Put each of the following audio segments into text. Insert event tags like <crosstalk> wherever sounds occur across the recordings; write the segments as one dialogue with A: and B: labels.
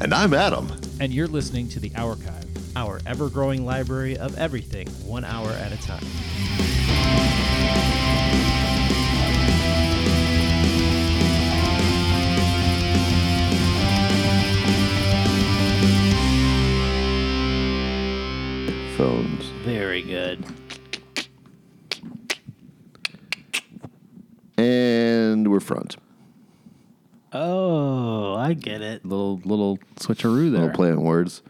A: And I'm Adam.
B: and you're listening to The Hourchive.
C: our ever growing library of everything, one hour at a time.
A: Phones.
C: Very good.
A: And we're front.
C: Oh, I get it.
D: Little little switcheroo there.
A: No play on <coughs> words.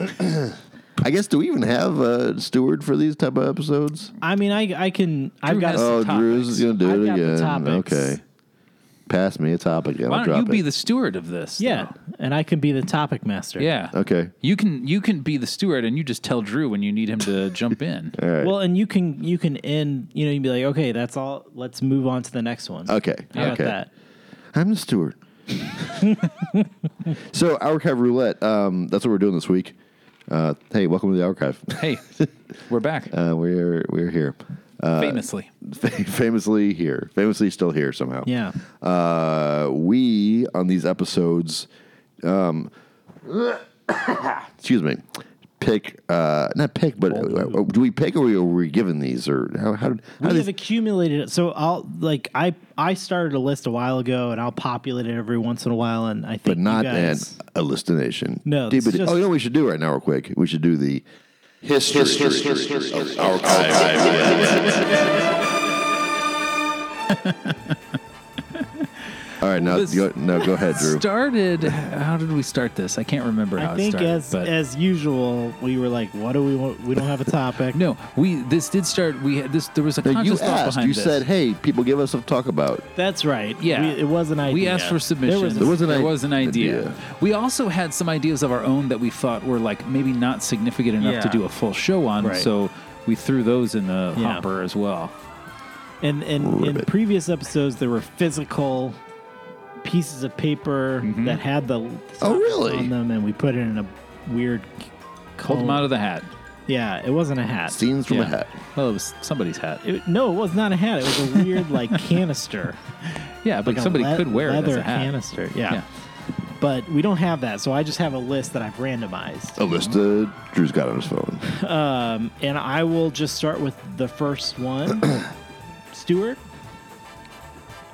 A: I guess do we even have a steward for these type of episodes?
C: I mean, I I can. I've got.
D: has
C: a-
A: oh,
D: topics.
A: Drew's gonna do
C: I've
A: it
C: got the
A: again.
C: topics.
A: Okay. Pass me a topic and
D: Why
A: I'll
D: don't you
A: drop
D: be
A: it.
D: the steward of this?
C: yeah, and I can be the topic master.
D: though? Yeah.
A: okay.
D: You can you can be the steward and you just tell Drew when you need him
A: <laughs>
D: to jump in.
A: All right.
C: Well, and you can you can end. You know, you'd be like, okay, that's all. Let's move on to the next one.
A: okay.
C: How about
A: okay.
C: that?
A: I'm the
D: <laughs>
A: steward. so, archive roulette. Um, that's what we're doing this week. Uh, hey, welcome to the archive.
D: Hey, we're
A: <laughs>
D: back.
A: Uh, we're we're here, Uh,
D: famously.
A: <laughs> famously here, famously still here somehow.
C: Yeah.
A: Uh, we on these episodes, um, <coughs> excuse me, pick uh, not pick, but uh, do we pick or are we given these or how how, did- how
C: We
A: these,
C: have accumulated it. So I'll like I I started a list a while ago, and I'll populate it every once in a while. And I think
A: but not
C: you
A: an
C: guys,
A: hallucination.
C: No,
A: DBD.
C: it's just-
A: oh, you know what we should do right now, real quick. We should do the history, of our <laughs> All right, now
D: This-
A: go, no, go ahead, Drew.
D: Started <laughs> how did we start this? I can't remember how
C: I
D: it
C: think
D: started.
C: as
D: but
C: as usual, we were like, what do we want? We don't have a topic.
D: no, we this did start we had this there was a
A: No, you
D: conscious thought
A: asked.
D: behind
A: You
D: this.
A: said, "Hey, people, give us something to talk about."
C: That's right.
D: Yeah.
C: We- it was an idea.
D: We asked for submissions.
C: There was a-
A: There was an i-
D: idea.
A: idea.
D: We also had some ideas of our own that we thought were like maybe not significant enough to
C: Yeah.
D: do a full show on.
C: Right.
D: So we threw those in the
C: Yeah.
D: hopper as well.
C: and and in
A: Ribbit.
C: previous episodes, there were physical pieces of paper
D: Mm-hmm.
C: that had the
A: Oh, really?
C: on them, and we put it in a weird.
D: Pulled them
C: cone.
D: out of the hat.
C: Yeah, it wasn't a hat.
A: Scenes from a
D: Yeah.
A: hat.
D: Well, it was somebody's hat.
C: It- no, it was not a hat. It was a weird
D: <laughs>
C: like canister.
D: Yeah, but
C: Like a
D: somebody
C: le-
D: could wear it as
C: leather
D: a hat.
C: canister. Yeah.
D: Yeah.
C: but we don't have that, so I just have a list that I've randomized.
A: A list uh, Drew's got on his phone.
C: Um, and I will just start with the first <clears throat> one, Stewart.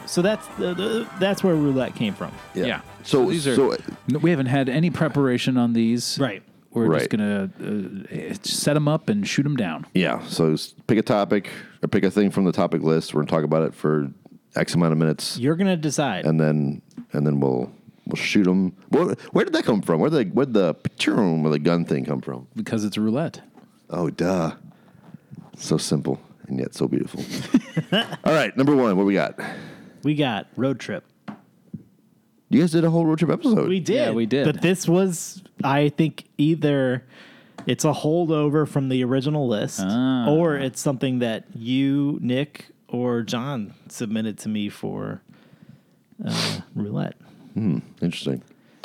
C: So that's the, the, that's where roulette came from.
D: <laughs> Yeah.
A: So,
D: these are.
A: so
D: no, we haven't had any preparation on these.
C: Right.
D: We're just
A: Right.
D: gonna uh, eh, set them up and shoot them down.
A: yeah. So s- pick a topic or pick a thing from the topic list. We're gonna talk about it for X amount of minutes,
C: You're gonna decide.
A: and then and then we'll we'll shoot them. Where, where did that come from? Where did the, where did the patroon or the gun thing come from?
D: Because it's roulette.
A: Oh, duh. So simple and yet so beautiful. <laughs> All right, number one. What we got?
C: we got road trip.
A: You guys did a whole road trip episode.
C: We did.
D: Yeah, we did.
C: But this was, I think, either it's a holdover from the original list,
D: Ah.
C: or it's something that you, Nick, or John submitted to me for uh, roulette.
A: Interesting.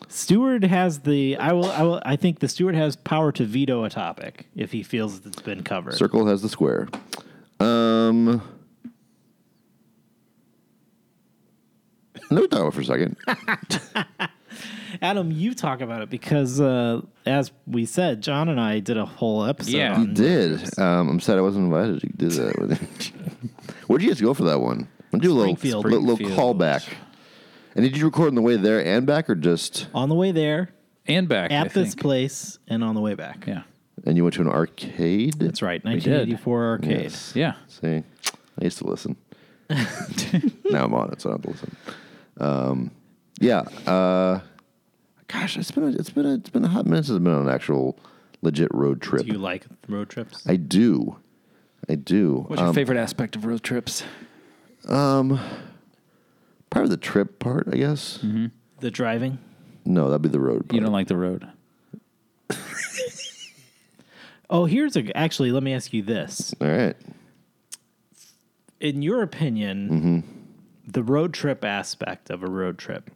C: Steward has the I will I will I think the steward has power to veto a topic if he feels that it's been covered.
A: Circle has the square. Um, no doubt for
C: <laughs>
A: a second.
C: Adam, you talk about it because uh, as we said, John and I did a whole episode.
D: Yeah.
C: on
A: You did. Um, I'm sad I wasn't invited to do that. with-
C: <laughs>
A: Where'd you guys go for that one? I'm gonna do a little,
C: Springfield.
A: little, little
D: Springfield.
A: callback. And did you record on the way there and back, or just
C: on the way there,
D: And back I
C: at this
D: think.
C: place, and on the way back.
D: Yeah.
A: and you went to an arcade?
C: That's right.
D: did.
C: 1984 arcade.
A: Yes.
D: Yeah.
A: See, I used to
D: <laughs>
A: listen. now I'm on it, so I don't have to listen. Um, yeah. Uh, gosh, it's been a, it's been a, it's been a hot minute since I've been on an actual legit road trip.
C: Do you like road trips?
A: I do, I do. Um,
D: What's your favorite aspect of road trips?
A: Part of the trip part, I guess.
C: the driving.
A: No, that'd be the road. Part.
D: Mm-hmm. You don't like the road.
C: Oh, here's a actually. Let me ask you this:
A: All right.
C: In your opinion, the road trip aspect of a road trip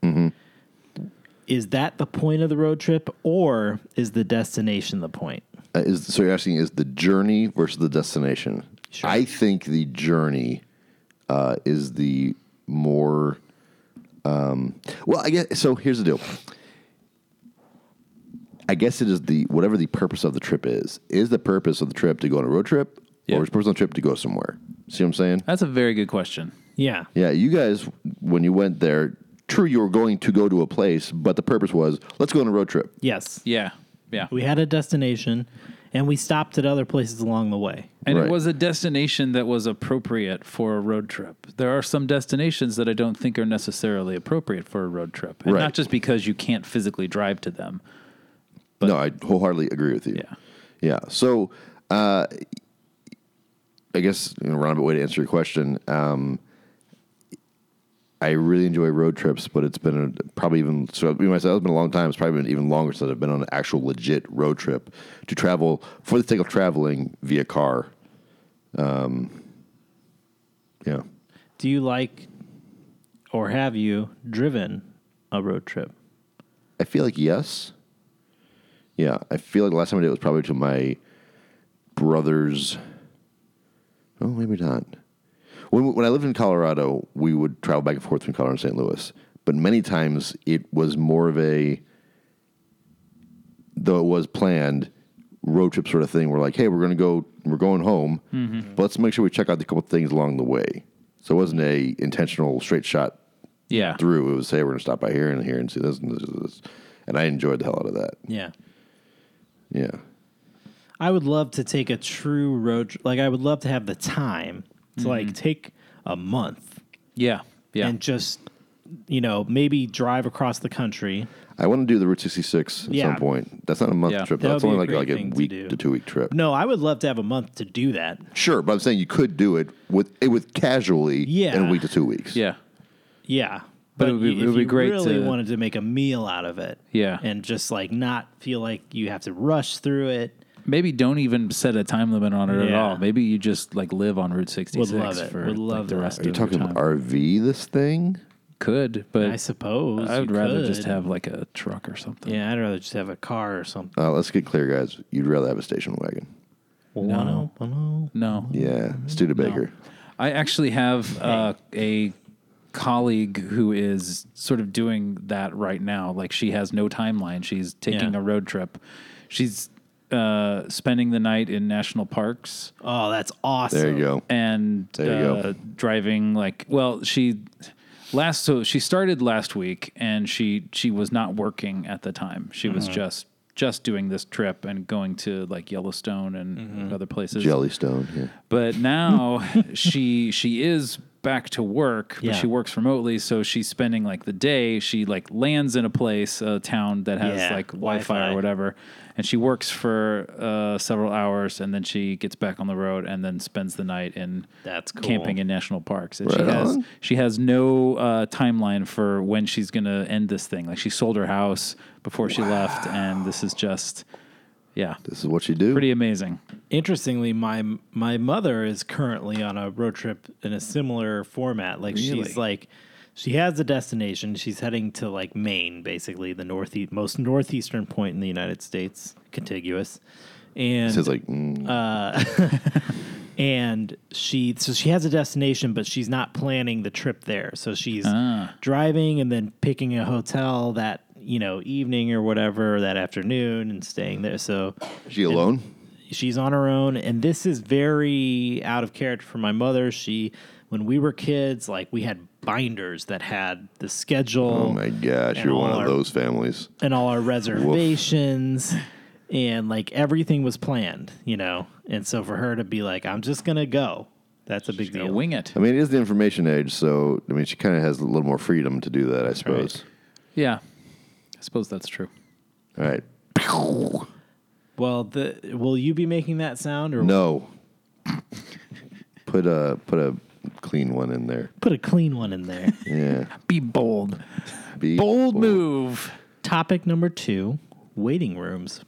C: is that the point of the road trip, or is the destination the point?
A: Uh, is so you're asking is the journey versus the destination?
C: Sure.
A: I think the journey uh, is the more. Um, well, I guess so. Here's the deal. I guess it is the whatever the purpose of the trip is. Is the purpose of the trip to go on a road trip,
D: Yeah.
A: or is the purpose of the trip to go somewhere? See what I'm saying?
D: That's a very good question.
C: Yeah.
A: Yeah, you guys, when you went there, true, you were going to go to a place, but the purpose was let's go on a road trip.
C: Yes.
D: Yeah. Yeah.
C: We had a destination and we stopped at other places along the way.
D: And
A: Right.
D: it was a destination that was appropriate for a road trip. There are some destinations that I don't think are necessarily appropriate for a road trip. And
A: Right.
D: not just because you can't physically drive to them.
A: no, I wholeheartedly agree with you.
D: Yeah.
A: Yeah. So, uh, I guess in a roundabout way to answer your question, um, I really enjoy road trips, but it's been a, probably even so. You might say it's been a long time. It's probably been even longer since I've been on an actual legit road trip to travel for the sake of traveling via car. Um, yeah.
C: Do you like or have you driven a road trip?
A: I feel like yes. Yeah, I feel like the last time I did it was probably to my brother's. Oh, maybe not. When when I lived in Colorado, we would travel back and forth between Colorado and St. Louis, but many times it was more of a. Though it was planned, road trip sort of thing. We're like, hey, we're gonna go. We're going home, but let's make sure we check out a couple things along the way. So it wasn't a intentional straight shot
D: Yeah.
A: through, it would say we're going to stop by here and here and see this and this and this. And I enjoyed the hell out of that.
C: Yeah.
A: Yeah.
C: I would love to take a true road tr- like I would love to have the time to like take a month
D: Yeah. Yeah.
C: and just you know, maybe drive across the country.
A: I want to do the Route 66 at
C: Yeah.
A: some point. That's not a month
D: Yeah.
A: trip.
C: That
A: That's
C: would be
A: only like,
C: a
A: like
C: great
A: a
C: thing to
A: week
C: do.
A: to, two week trip.
C: No, I would love to have a month to do that.
A: Sure, but I'm saying you could do it with it with casually
C: Yeah.
A: in a week to two weeks.
D: yeah.
C: Yeah.
D: But it would be-
C: y-
D: it
C: if
D: would be
C: you
D: great
C: really
D: to-
C: wanted to make a meal out of it.
D: Yeah.
C: And just like not feel like you have to rush through it.
D: Maybe don't even set a time limit on it at
C: Yeah.
D: all. Maybe you just like live on Route 66
C: Would love it.
D: for
C: Would love
D: like, the
C: that.
D: rest
A: Are you
D: of your
A: talking
D: time.
A: about RV this thing?
D: Could, but
C: I suppose.
D: I would
C: you
D: rather just
C: could.
D: have like a truck or something.
C: Yeah, I'd rather just have a car or something.
A: Uh, let's get clear, guys. You'd rather have a station wagon.
C: No. no.
D: No.
A: Yeah. Studebaker.
D: I actually have uh, a colleague who is sort of doing that right now. Like she has no timeline. She's taking
C: Yeah.
D: a road trip. She's uh, spending the night in national parks
C: Oh, that's awesome.
A: There you go.
D: and
A: There you
D: uh,
A: go.
D: driving like well she last so she started last week and she she was not working at the time she was just just doing this trip and going to like Yellowstone and other places
A: Jellystone. Yeah.
D: but now she she is back to work but
C: Yeah.
D: she works remotely so she's spending like the day she like lands in a place a town that has
C: Yeah,
D: like wi-fi,
C: Wi-Fi.
D: or whatever and she works for uh, several hours and then she gets back on the road and then spends the night in
C: That's cool.
D: camping in national parks and
A: Right
D: she has
A: on.
D: she has no uh, timeline for when she's gonna end this thing like she sold her house before she left and this is just yeah
A: This is what you do.
D: pretty amazing
C: Interestingly, my my mother is currently on a road trip in a similar format. Like
D: Really?
C: she's like she has a destination. She's heading to like Maine, basically the northeast most northeastern point in the United States, contiguous. And uh,
A: This is like, mm,
C: <laughs> and she so she has a destination but she's not planning the trip there so she's driving and then picking a hotel that you know evening or whatever that afternoon and staying there so
A: is she alone?
C: she's on her own and this is very out of character for my mother she when we were kids like we had binders that had the schedule
A: Oh my gosh,
C: and
A: you're one
C: all
A: of
C: our-
A: those families.
C: and all our reservations and like everything was planned you know and so for her to be like i'm just gonna go that's a big
D: gonna
C: deal
D: wing it
A: I mean, it is the information age, so I mean, she kind of has a little more freedom to do that, I suppose.
D: Yeah, I suppose that's true.
A: All right.
C: Well, the will you be making that sound or
A: No. put a put a clean one in there.
C: put a clean one in there? <laughs>
A: Yeah.
D: Be bold.
A: Be
D: Bold move. Uh,
C: Topic number two: waiting rooms.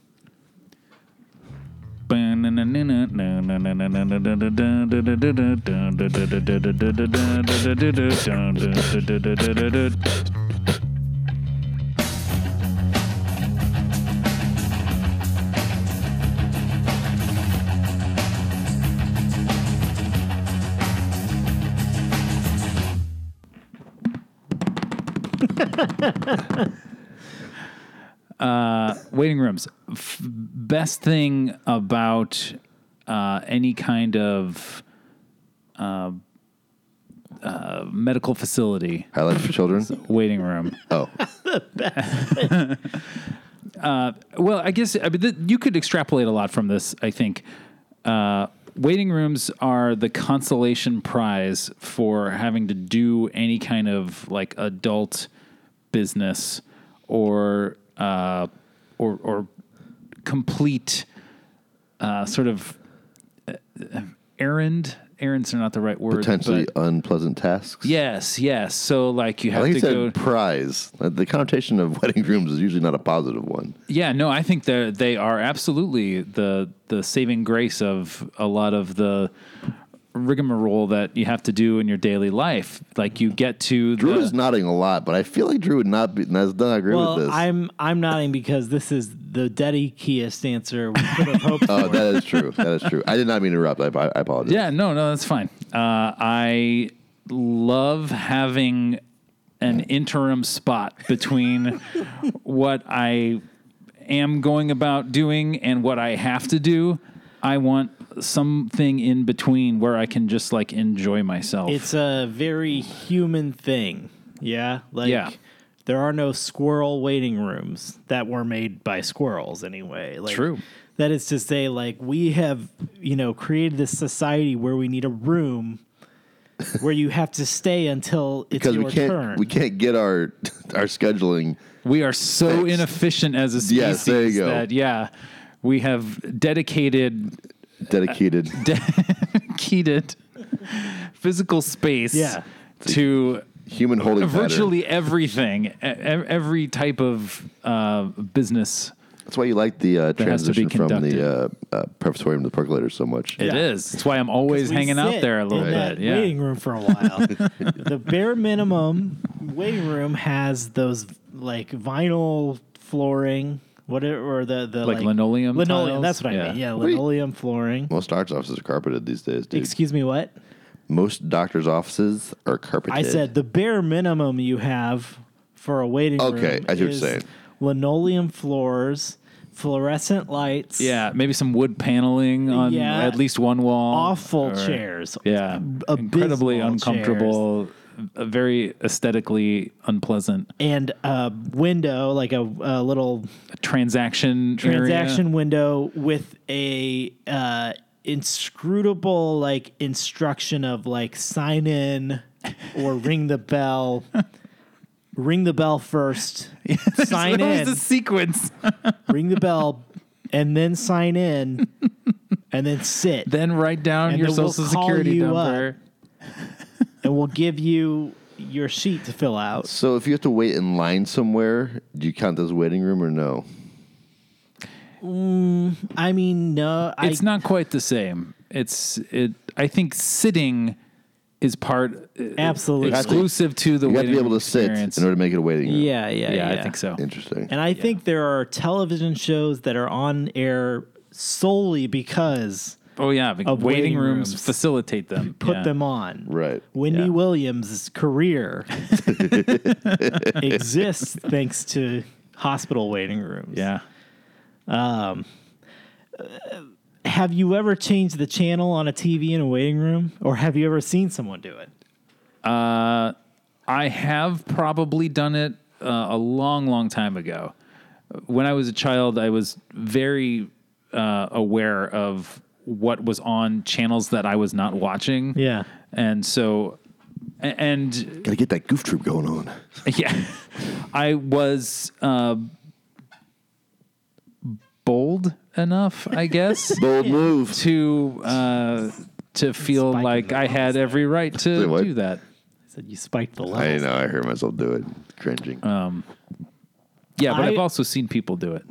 D: waiting rooms. F- best thing about uh, any kind of uh, uh, medical facility
A: Highlight for
D: <laughs>
A: children.
D: waiting room.
A: Oh,
D: Well, I guess I mean, th- you could extrapolate a lot from this. I think uh, waiting rooms are the consolation prize for having to do any kind of like adult business or uh, or or complete uh, sort of uh, errand. Errands are not the right word. but-
A: potentially unpleasant tasks.
D: yes, yes. So like you
A: I
D: have
A: think
D: to
A: he said
D: go.
A: prize. Uh, The connotation of <laughs> wedding rooms is usually not a positive one.
D: Yeah, no, I think they they are absolutely the the saving grace of a lot of the rigmarole that you have to do in your daily life. Like you get to
A: Drew
D: the,
A: is nodding a lot, but I feel like Drew would not be. Does not agree with
C: Well,
A: this.
C: I'm I'm nodding because this is the dedikiest answer we could have
A: <laughs>
C: hoped
A: oh,
C: for.
A: that is true. That is true. I did not mean to interrupt. I, I apologize.
D: <laughs> Yeah, no, no, that's fine. Uh, I love having an interim spot
A: <laughs>
D: between what I am going about doing and what I have to do. I want something in between where I can just like enjoy myself.
C: It's a very human thing. Yeah. Like
D: Yeah.
C: there are no squirrel waiting rooms that were made by squirrels anyway. Like
D: True.
C: that is to say, like we have, you know, created this society where we need a room where you have to stay until it's
A: because
C: your
A: we can't
C: turn.
A: we can't get our <laughs> our scheduling.
D: We are so
A: Thanks.
D: inefficient as a species
A: Yes, there you go.
D: that yeah, we have dedicated <laughs>
A: dedicated.
D: dedicated <laughs> physical space
C: Yeah.
D: to
A: human holding
D: virtually everything, e- e- every type of uh, business.
A: pattern. That's why you like the uh,
D: has to be
A: transition from the
D: conducted.
A: uh, uh, perfutorium to the percolator so much.
D: It is. That's why I'm always
C: We
D: hanging out
C: sit
D: there a little
C: in that
D: bit. Yeah.
C: waiting room for a
D: <laughs>
C: while. the bare minimum waiting room has those like vinyl flooring, whatever, or the the
D: Like linoleum
C: Linoleum.
D: tiles?
C: That's what I
D: Yeah.
C: mean. Yeah,
A: What do you-
C: linoleum flooring.
A: Most doctors' offices are carpeted these days, dude.
C: Excuse me, what?
A: Most doctors' offices are carpeted.
C: I said the bare minimum you have for a waiting room.
A: Okay, I see what you're
C: is
A: saying.
C: Linoleum floors, fluorescent lights.
D: Yeah, maybe some wood paneling on
C: Yeah.
D: at least one wall.
C: Awful
D: or-
C: chairs.
D: Yeah,
C: Abysmal
D: incredibly
C: chairs.
D: uncomfortable, uh, very aesthetically unpleasant.
C: And a window, like a, a little
D: Transaction
C: transaction
D: area.
C: window with a uh, inscrutable like instruction of like sign in or ring the
D: <laughs>
C: bell. ring the bell first.
D: <laughs>
C: sign
D: That
C: in.
D: was the sequence.
C: ring the bell, and then sign in, and then sit,
D: <laughs> Then write down
C: And
D: your
C: then we'll
D: social
C: call
D: security
C: you
D: number.
C: and we'll give you your sheet to fill out.
A: So if you have to wait in line somewhere, do you count as waiting room or no?
C: I mean, no, I,
D: It's not quite the same. It's it. I think sitting is part uh,
C: absolutely.
D: exclusive to the
A: You have to
D: waiting
A: be able
D: room
A: to sit
D: experience.
A: in order to make it a waiting room.
C: Yeah, yeah,
D: yeah,
C: yeah,
D: I think so.
A: Interesting.
C: And I think there are television shows that are on air solely because
D: Oh yeah, waiting,
C: Of waiting
D: rooms,
C: rooms.
D: facilitate them.
C: <laughs> put
D: yeah.
C: them on.
A: right.
C: Wendy
D: Yeah.
C: Williams'
D: <laughs>
C: career exists thanks to hospital waiting rooms.
D: Yeah.
C: Have you ever changed the channel on a TV in a waiting room, or have you ever seen someone do it?
D: I have probably done it uh, a long, long time ago. When I was a child, I was very uh, aware of what was on channels that I was not watching.
C: Yeah.
D: and so, a- and
A: Gotta get that goof troop going on.
D: Yeah. <laughs> I was uh, bold enough, I
A: <laughs>
D: guess,
A: Bold move.
D: to uh, to feel
C: Spiking
D: like
C: the
D: I had every right
A: Wait,
D: to
A: what?
D: do that.
C: I said you spiked the
A: I
C: levels.
A: know. I heard myself do it. Cringing.
D: Oh, Yeah, but I,
C: I-
D: have also seen people do it.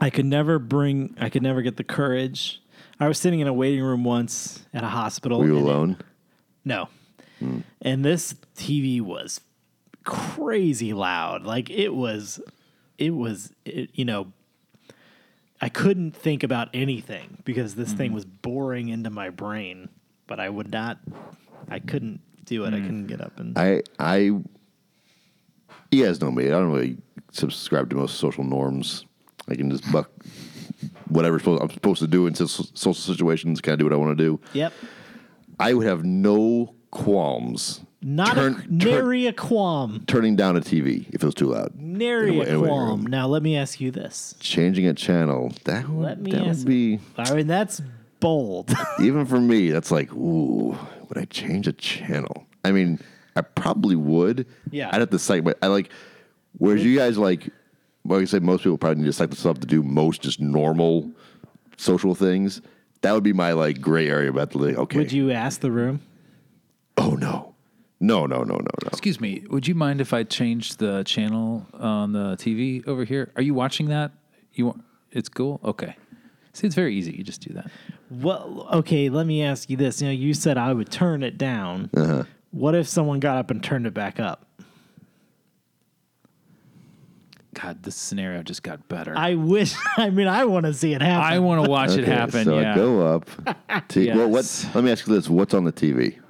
C: I could never bring. I could never get the courage. I was sitting in a waiting room once at a hospital.
A: Were you
C: and it-
A: alone?
C: No. And this TV was crazy loud. Like it was, it was, it, you know, I couldn't think about anything because this
A: Mm.
C: thing was boring into my brain, but I would not, I couldn't do it. I couldn't get up and
A: Mm. I I you guys know me. I don't really subscribe to most social norms. I can just buck whatever supposed- I'm supposed to do in so- social situations. Can I do what I want to do?
C: Yep.
A: I would have no qualms.
C: Not
A: turn-
C: a,
A: turn-
C: nary a qualm.
A: turning down a TV if it was too loud.
C: Nary
A: Anyway,
C: a
A: anyway,
C: qualm. Now let me ask you this.
A: Changing a channel that would,
C: Let me
A: that
C: ask-
A: would be
C: I mean, that's bold.
A: <laughs> even for me. That's like, ooh, would I change a channel? I mean, I probably would.
C: Yeah.
A: I'd have to cite, but I like. Whereas you guys like, like I said, most people probably need to cite this up to do most just normal social things. That would be my like gray area about the like, okay.
C: Would you ask the room?
A: Oh no, no, no, no, no, no.
D: Excuse me. Would you mind if I changed the channel on the TV over here? Are you watching that? You want? It's cool. Okay. See, it's very easy. You just do that.
C: Well, okay, let me ask you this. You know, you said I would turn it down.
A: Uh-huh.
C: What if someone got up and turned it back up?
D: God, this scenario just got better. I,
C: I wish. <laughs> I mean, I want to see it happen.
D: want to watch it
A: Okay,
D: happen.
A: So
D: yeah.
A: I go
C: <laughs>
A: up. To, Well, what?
D: Yes.
A: Let me ask you this: What's on the TV?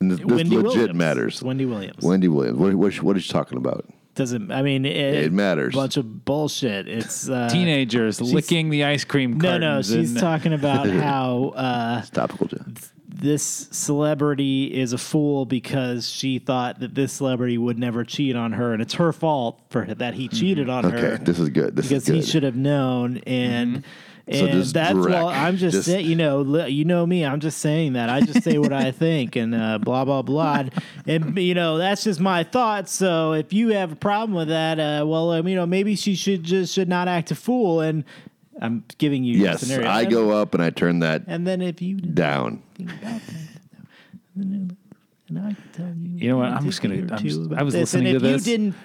A: And this, this
C: Wendy
A: legit
C: Williams.
A: matters.
C: Wendy Williams.
A: Wendy Williams. What, what, what is she talking about?
C: Doesn't. I mean, it,
A: It matters.
C: Bunch of bullshit. It's uh,
D: Teenagers licking the ice cream.
C: No, no,
D: cartons
C: she's
D: and-
C: talking
A: <laughs>
C: about how uh,
A: It's topical, Jen.
C: this celebrity is a fool because she thought that this celebrity would never cheat on her, and it's her fault for that he cheated on
A: Mm-hmm. Okay,
C: her.
A: this is good. This <laughs>
C: because
A: is good. Mm-hmm.
C: he should have known and
A: So
C: and
A: just
C: that's
A: direct.
C: well i'm just,
A: Just-
C: saying you know li- you know me i'm just saying that i just say what i think and uh, blah blah blah and you know that's just my thoughts so if you have a problem with that uh, well um, you know maybe she should just should not act a fool and i'm giving you
A: yes,
C: the scenario
A: I
C: and,
A: go up and I turn that
C: and then if you didn't
A: down.
C: think about that, then I- then I could tell you,
D: You know what?
C: a
D: I'm just
C: thing
D: gonna-
C: or
D: I'm
C: two
D: just-
C: about
D: I was
C: this.
D: listening
C: and
D: to
C: if
D: this.
C: you didn't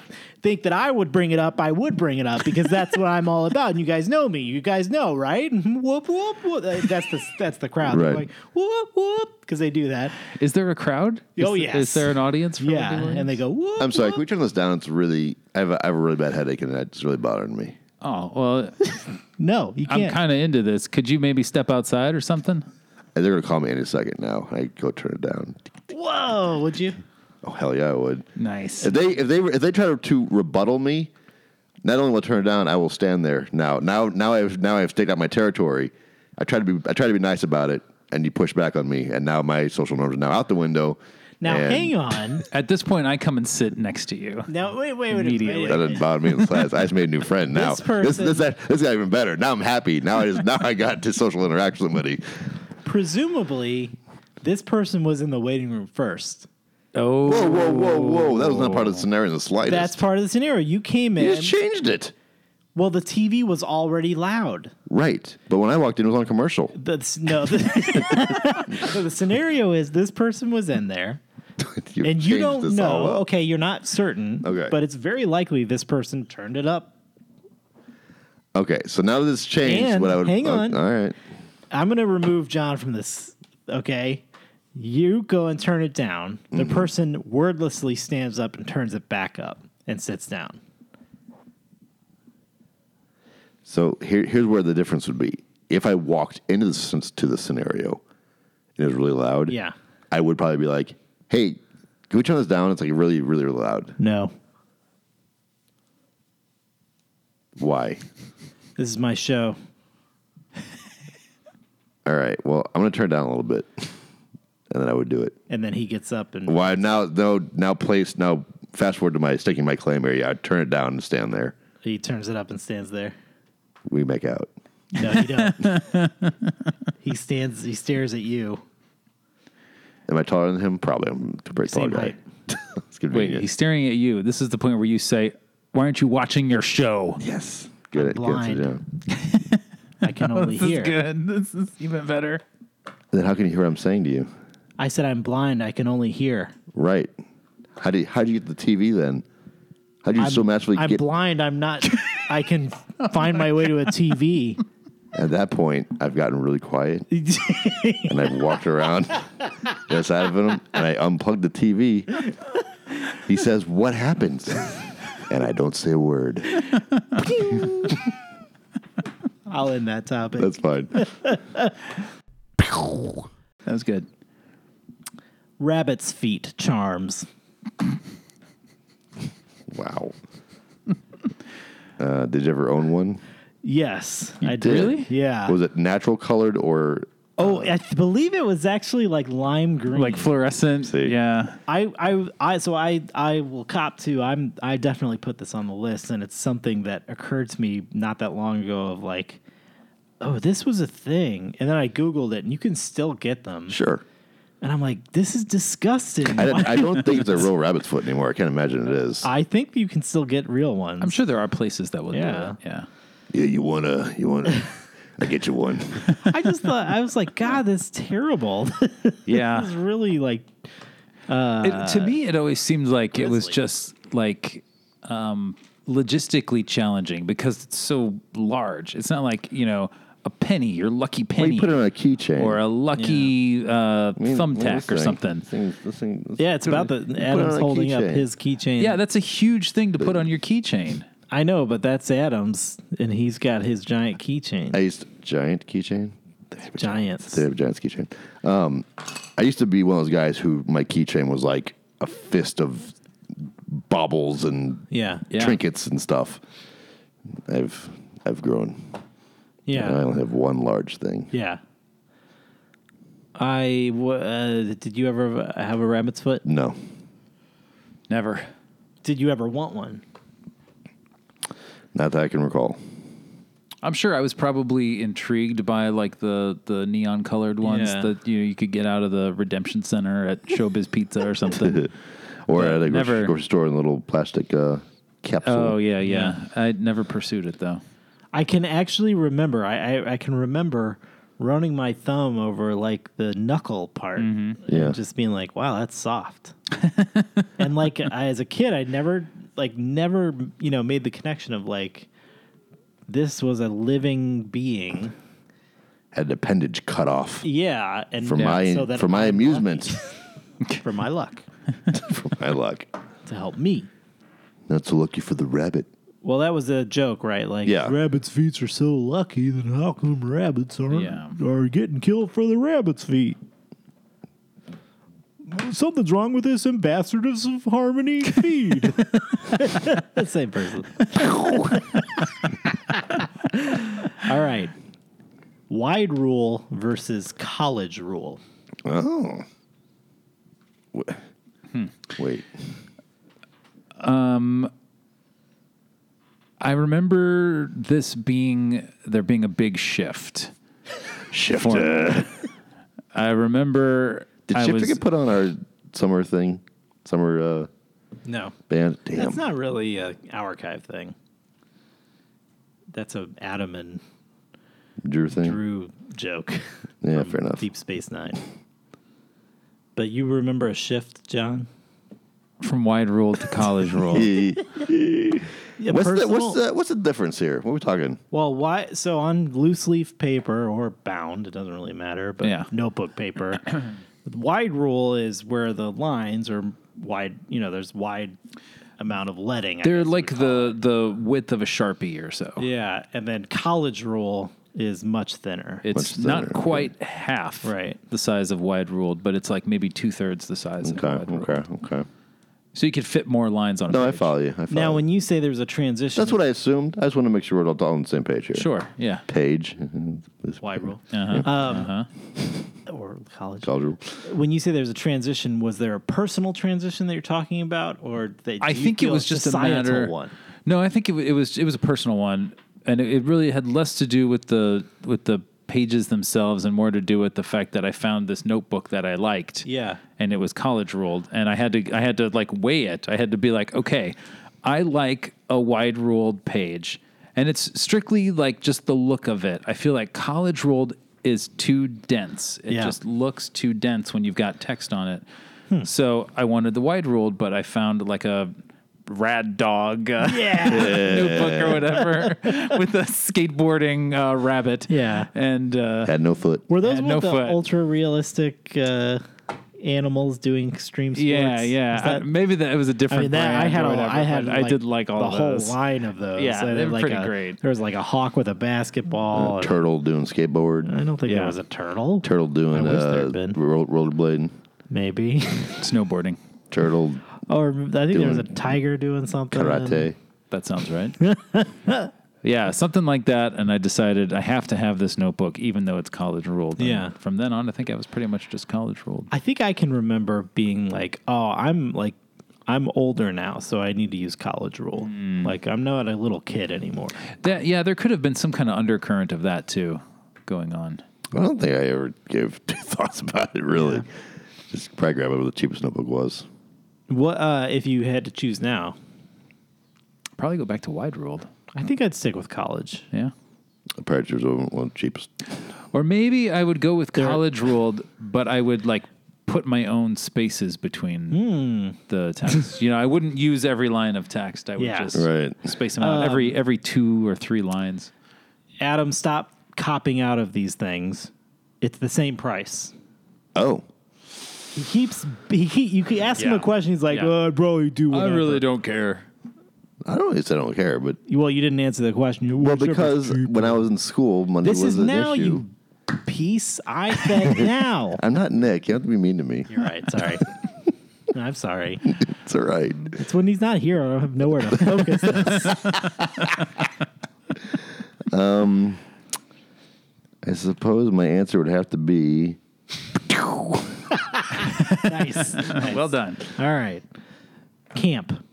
C: think that I would bring it up, I would bring it up because that's what I'm all about. And you guys know me. You guys know, right? <laughs> whoop whoop whoop. Uh, That's the that's the crowd. They're
A: Right.
C: Like whoop whoop because they do that.
D: Is there a crowd? Is
C: Oh,
D: th-
C: yes.
D: Is there an audience? For
C: Yeah,
D: Wendy
C: and they
D: Williams?
C: go whoop.
A: I'm sorry. Can we
C: whoop.
A: turn this down? It's really. I have a, I have a really bad headache and it's really bothering me.
D: Oh well,
C: <laughs> No, you
D: I'm
C: can't.
D: kind of into this. Could you maybe step outside or something?
A: And they're gonna call me any second now. I go turn it down.
C: Whoa, would you?
A: Oh hell yeah, I would.
D: Nice.
A: If they if they if they try to, to rebuttal me, not only will I turn it down, I will stand there. Now now now I have now I have staked out my territory. I try to be I try to be nice about it, and you push back on me, and now my social norms are now out the window.
C: Now
A: and
C: hang on.
D: At this point, I come and sit next to you.
C: Now wait wait wait.
D: Immediately.
C: wait,
A: That
C: wait,
A: doesn't bother me in the class. I just made a new friend now.
C: This
A: this
C: person-
A: this, this, got even better. Now I'm happy. Now I just now I got to social interaction with somebody.
C: Presumably, this person was in the waiting room first.
D: Oh,
A: Whoa, whoa, whoa, whoa! That was not part of the scenario in the slightest.
C: That's part of the scenario. You came
A: you
C: in.
A: just changed it.
C: Well, the TV was already loud.
A: Right, but when I walked in, it was on commercial.
C: That's no. <laughs> The, so the scenario is this person was in there,
A: You
C: and you
A: changed
C: don't
A: this all
C: know.
A: up.
C: Okay, you're not certain.
A: Okay.
C: but it's very likely this person turned it up.
A: Okay, so now that it's changed,
C: And
A: what I would
C: hang
A: uh,
C: on.
A: all right,
C: I'm gonna remove John from this. Okay, you go and turn it down. The
A: Mm-hmm.
C: person wordlessly stands up and turns it back up and sits down.
A: so here, here's where the difference would be. If I walked into the sen- to the scenario and it was really loud,
C: Yeah.
A: I would probably be like, "Hey, can we turn this down? It's like really, really, really loud.
C: No,
A: Why?
C: this is my show.
A: All right, well, I'm gonna turn it down a little bit, and then I would do it.
C: And then he gets up and
A: Why now? No, now place now. Fast forward to my staking my claim area. I turn it down and stand there.
C: he turns it up and stands there.
A: We make out.
C: No, you don't. he stands. He stares at you.
A: Am I taller than him? Probably. I'm a pretty tall
C: Same
A: guy.
C: height.
A: <laughs> it's convenient.
D: Wait, he's staring at you. This is the point where you say, "Why aren't you watching your show?"
A: yes. Good. it.
C: blind.
A: Good. Good.
C: I can only
D: <laughs> This
C: hear.
D: is good. This is even better.
A: Then how can you hear what I'm saying to you?
C: I said I'm blind. I can only hear.
A: Right. How do you, how do you get the TV then? How do you
C: I'm,
A: so magically
C: I'm
A: get
C: blind. I'm not. I
D: <laughs>
C: can find my way to a TV.
A: at that point? I've gotten really quiet and I've walked around this out of him and I unplugged the TV. He says, "What happens?" And I don't say a word.
C: I'll end that topic.
A: That's fine.
D: That was good.
C: Rabbit's feet charms.
A: Wow. Uh, did you ever own one?
C: Yes, I did.
A: Really?
C: Yeah.
A: Was it natural colored or
C: oh, I th- believe it was actually like lime green.
D: like fluorescent.
A: See.
D: Yeah,
C: I, I, I, so I, I will cop to. I'm, I definitely put this on the list, and it's something that occurred to me not that long ago. Of like, oh, this was a thing, and then I googled it, and you can still get them.
A: sure?
C: And I'm like, this is disgusting.
A: I, don't-
C: Why-
A: I don't think it's a real rabbit's foot anymore. I can't imagine it is.
C: <laughs> I think you can still get real ones.
D: I'm sure there are places that would.
C: Yeah.
D: do that. yeah.
A: yeah, you wanna, you wanna. I get you one.
C: I just thought I was like, God, that's terrible. <laughs>
D: Yeah.
C: this is really like
D: it, to me, it always seemed like it was
C: Grizzly.
D: just like um, logistically challenging because it's so large. It's not like you know a penny, your lucky
A: Well,
D: penny,
A: you put it on a keychain
D: or a lucky uh,
A: I mean,
D: thumbtack
A: this
D: or
A: thing-
D: something.
A: This thing, this thing, this-
C: yeah, it's about
A: You
C: the
A: put it
C: Adam's
A: on a
C: holding up
A: keychain.
C: his keychain.
D: Yeah, that's a huge thing to put on your keychain.
C: I know, but that's Adam's, and he's got his giant keychain.
A: I used to- giant keychain.
C: Giants.
A: They have a giant keychain. Um, I used to be one of those guys who my keychain was like a fist of baubles and
C: Yeah, yeah,
D: Yeah.
A: trinkets and stuff. I've I've grown. I
C: yeah.
A: only have one large thing.
C: yeah. I w- uh, did you ever have a rabbit's foot?
A: No,
D: Never.
C: Did you ever want one?
A: not that I can recall.
D: I'm sure I was probably intrigued by like the the neon colored ones
C: Yeah.
D: that you know, you could get out of the Redemption Center at Showbiz Pizza
A: <laughs>
D: or something.
A: or at a
D: never-
A: grocery, grocery store in a little plastic uh, capsule.
D: oh yeah, yeah. I never pursued it though.
C: I can actually remember. I, I, I can remember running my thumb over like the knuckle part and
A: Yeah.
C: just being like, wow, that's soft. <laughs> and like I, as a kid, I never like never, you know, made the connection of like this was a living being.
A: Had an appendage cut off
C: Yeah. And
A: for
C: now-
A: my
C: so that
A: for my
C: I'm
A: amusement,
C: lucky- <laughs> for my luck
A: for <laughs> my luck.
C: to help me.
A: Not so lucky for the rabbit.
C: Well, that was a joke, right? Like,
A: Yeah.
C: rabbits' feet are so lucky, then how come rabbits aren't
D: Yeah.
C: are getting killed for their rabbits' feet? Something's wrong with this ambassadors of
D: <laughs>
C: harmony feed. Same person. <laughs> All right. Wide rule versus college rule.
A: Oh. Wh-
C: Hmm.
A: Wait.
D: I remember this being there being a big shift.
A: Shift.
D: for-
A: uh,
D: I remember
A: Did
D: I
A: Shifter
D: was
A: get put on our summer thing? Summer uh,
C: No.
A: band? Damn.
C: That's not really a archive thing. That's a Adam and
A: Drew thing?
C: Drew joke.
A: Yeah,
C: from
A: fair enough. <laughs>
C: Deep Space Nine. But you remember a shift, John?
D: from wide rule to
A: <laughs>
D: college rule.
A: Eh,
C: Yeah,
A: what's, the, what's, the, what's the difference here? What are we talking?
C: Well, why? So on loose leaf paper or bound, it doesn't really matter, but
D: Yeah.
C: notebook
D: <coughs>
C: paper. wide rule is where the lines are wide. You know, there's wide amount of letting. I
D: They're
C: guess we
D: like
C: call
D: the the width of a sharpie or so.
C: it. yeah, and then college rule is much thinner.
D: It's
A: Much
D: not
A: thinner.
D: quite half
C: Right.
D: the size of wide ruled, but it's like maybe two thirds the size
A: Okay,
D: of wide ruled.
A: okay, okay.
D: So you could fit more lines on a
A: No, I
D: page.
A: follow you. I follow
C: now,
A: you.
C: when you say there's a transition,
A: That's what I assumed. I just want to make sure we're all on the same page here.
D: Sure. Yeah.
A: Page.
C: wide rule um,
D: Uh-huh. uh-huh.
C: or college
A: College rule.
C: When you say there's a transition, was there a personal transition that you're talking about, or they,
D: I think it was just a matter.
C: one?
D: No, I think it, wa- it was it was a personal one, and it, it really had less to do with the with the pages themselves and more to do with the fact that I found this notebook that I liked.
A: <laughs>
C: Yeah.
D: And it was college ruled, and I had to I had to like weigh it. I had to be like, okay, I like a wide ruled page, and it's strictly like just the look of it. I feel like college ruled is too dense. It
C: Yeah. Hmm.
D: just looks too dense when you've got text on it. So I wanted the wide ruled, but I found like a rad dog uh, <laughs> notebook or whatever <laughs> with a skateboarding uh, rabbit.
C: Yeah.
D: And uh,
A: Had no foot.
C: Were those
D: Had
C: with
D: no
C: the
D: foot.
C: ultra realistic uh, animals doing extreme sports?
D: yeah,
C: Was
D: yeah.
C: that-
D: I- maybe that it was a
C: I
D: different.
C: mean, that I
D: brand
C: had.
D: or
C: All,
D: whatever,
C: I had.
D: but I did like all
C: the
D: of those.
C: whole line of those.
D: Yeah,
C: I
D: they
C: did
D: were
C: like
D: pretty
C: a-
D: great.
C: There was like a hawk with a basketball. and-
A: Turtle doing skateboard.
C: I don't think there
D: Yeah.
C: was a turtle.
A: Turtle doing
C: I wish there
A: uh,
C: had been.
A: roll, rollerblading.
C: Maybe, <laughs>
D: Snowboarding.
A: Turtle
C: or I think there was a
A: Doing
C: tiger doing something.
A: karate.
D: That sounds right.
C: <laughs>
D: yeah, something like that. And I decided I have to have this notebook, even though it's college ruled. And
C: Yeah.
D: From then on, I think I was pretty much just college ruled.
C: I think I can remember being like, oh, I'm like, I'm older now, so I need to use college rule.
D: Hmm.
C: Like, I'm not a little kid anymore.
D: That, yeah, there could have been some kind of undercurrent of that too going on.
A: I don't think I ever gave <laughs> two thoughts about it, really. Just probably grabbed whatever the cheapest notebook was.
C: What uh, if you had to choose now?
D: Probably go back to wide ruled.
C: I think I'd stick with college.
D: Yeah.
A: Probably choose one one cheapest.
D: Or maybe I would go with college ruled, but I would like put my own spaces between the text. you know, I wouldn't use every line of text. I would
C: Yeah.
D: just
A: Right.
D: space them out every every two or three lines.
C: Adam, stop copping out of these things. It's the same price.
A: Oh,
C: He keeps he, he you keep ask him
D: Yeah.
C: a question. He's like,
D: Yeah.
C: oh, bro, you do. Whatever.
D: don't care.
A: I don't really say I don't care, but
C: Well, you didn't answer the question. You
A: well,
C: worship is
A: because
C: cheap.
A: when I was in school, money
C: this
A: was
C: is
A: an
C: now
A: issue.
C: you piece. I
A: <laughs>
C: said now.
A: I'm not Nick. You don't have to be mean to me.
C: You're right. Sorry. <laughs> I'm sorry.
A: <laughs> It's all right.
C: It's when he's not here. I have nowhere to focus. <laughs> this.
A: I suppose my answer would have to be
C: nice. nice.
D: Well done.
C: All right. Camp.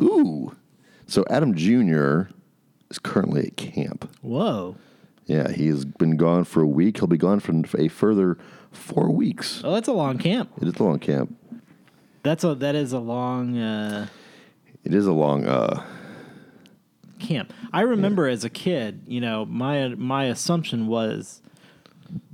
A: ooh. So Adam Jr. is currently at camp.
C: Whoa.
A: Yeah, he's been gone for a week. He'll be gone for a further four weeks.
C: Oh, that's a long camp.
A: It is a long camp.
C: That's a that is a long uh,
A: It is a long. uh
C: camp. I remember as a kid, you know, my my assumption was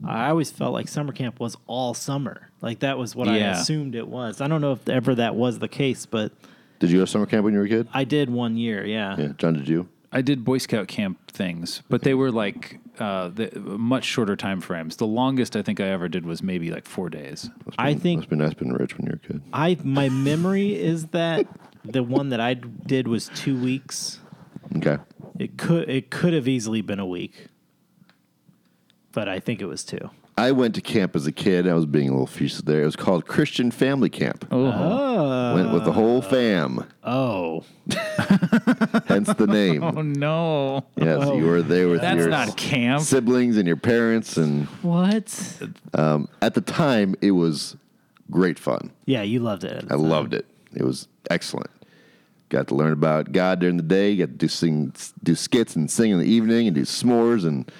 C: I always felt like summer camp was all summer. Like that was what I
D: Yeah.
C: assumed it was. I don't know if ever that was the case, but
A: Did you go to summer camp when you were a kid?
C: I did one year. Yeah.
A: Yeah, John, did you?
D: I did Boy Scout camp things, but they were like uh, the, much shorter time frames. The longest I think I ever did was maybe like four days.
C: I think
A: Must be nice being rich when you're a kid.
C: I my memory is that the one that I did was two weeks.
A: Okay.
C: It could it could have easily been a week, but I think it was two.
A: I went to camp as a kid. I was being a little feisty there. It was called Christian Family Camp.
D: Uh-huh.
A: Went with the
D: Uh.
A: whole fam,
C: Oh,
A: hence the name.
D: <laughs> Oh no,
A: yes, you were there with
D: that's
A: your
D: not camp.
A: siblings and your parents, and um,
C: what?
A: at the time it was great fun.
C: Yeah, you loved it.
A: I loved it. It was excellent. Got to learn about God during the day. Got to do sing, do skits and sing in the evening, and do s'mores, and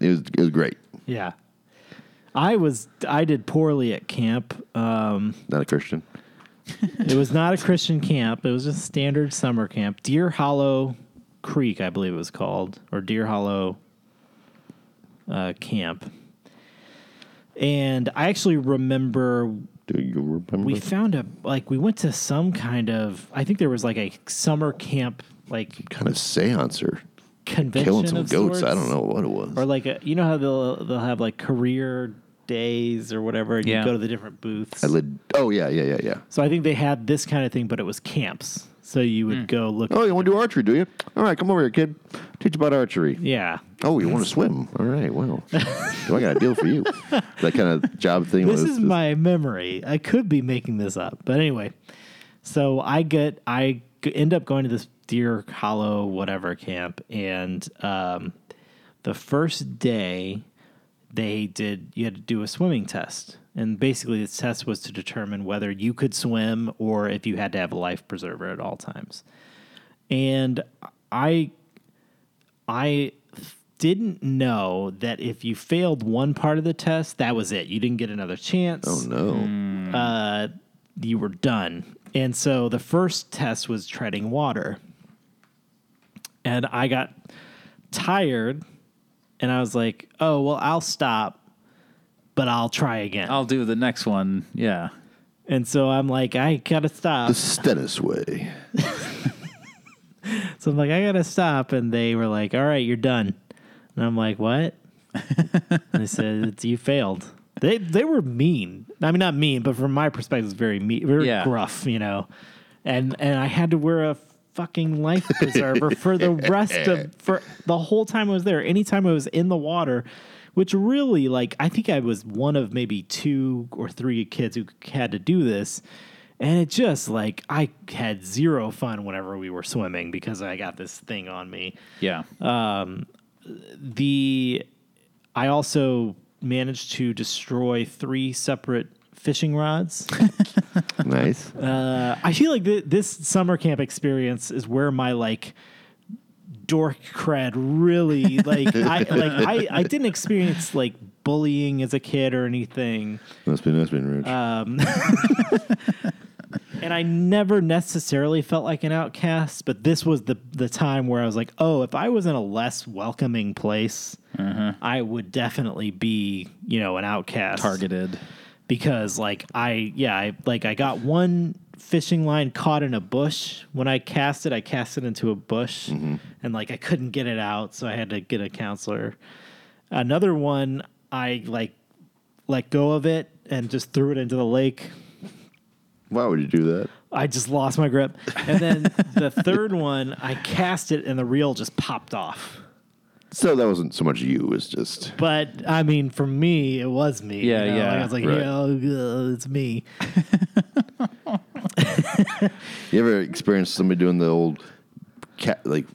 A: it was it was great.
C: Yeah, I was I did poorly at camp. Um,
A: Not a Christian.
C: it was not a Christian camp. It was just standard summer camp. Deer Hollow Creek, I believe it was called, or Deer Hollow uh, Camp. And I actually remember
A: Do you remember?
C: we found a like we went to some kind of I think there was like a summer camp like
A: kind of seance or
C: convention
A: killing some
C: of
A: goats. I
C: sorts.
A: don't know what it was.
C: or like a, you know how they'll they'll have like career days or whatever and
D: Yeah.
C: you go to the different booths
A: I lit- oh yeah, yeah, yeah, yeah.
C: so i think they had this kind of thing but it was camps so you would go look
A: Oh, you want to do archery, do you? All right, come over here, kid. Teach you about archery.
C: yeah
A: Oh, you want to swim? All right,
C: <laughs>
A: well, do I got a deal for you. That kind of job thing.
C: this
A: was
C: is my memory i could be making this up but anyway so i get i g- end up going to this deer hollow whatever camp and um, the first day they did you had to do a swimming test and basically the test was to determine whether you could swim or if you had to have a life preserver at all times and i i didn't know that if you failed one part of the test that was it you didn't get another chance
A: Oh no.
C: uh, you were done. And so the first test was treading water. And I got tired and I was like, oh, well, I'll stop, but I'll try again.
D: I'll do the next one. Yeah.
C: and so I'm like, I gotta stop.
A: The Stennis way.
C: <laughs> So I'm like, I gotta stop. And they were like, all right, you're done. And I'm like, what? and they said, it's, you failed. They they were mean. I mean, not mean, but from my perspective, it was very mean, very
D: Yeah.
C: gruff, you know. And and I had to wear a fucking life preserver for the rest of for the whole time I was there. Anytime I was in the water, which really like I think I was one of maybe two or three kids who had to do this. And it just like I had zero fun whenever we were swimming because I got this thing on me.
D: Yeah.
C: The I also managed to destroy three separate fishing rods.
A: nice.
C: Uh, I feel like th- this summer camp experience is where my like dork cred really like I like I, I didn't experience like bullying as a kid or anything.
A: must be nice being rich.
C: Uh, And I never necessarily felt like an outcast, but this was the the time where I was like, oh, if I was in a less welcoming place, I would definitely be, you know, an outcast.
D: Targeted.
C: because like I yeah I like I got one fishing line caught in a bush when I cast it I cast it into a bush
D: Mm-hmm.
C: and like I couldn't get it out so I had to get a counselor another one I like let go of it and just threw it into the lake
A: Why would you do that?
C: I just lost my grip and then
D: <laughs>
C: the third one I cast it and the reel just popped off
A: So that wasn't so much you. It's just
C: but I mean for me it was me you
D: Yeah,
C: know?
D: yeah,
C: Like, I was like
A: right.
C: yeah it's me
A: you ever experienced somebody doing the old cat like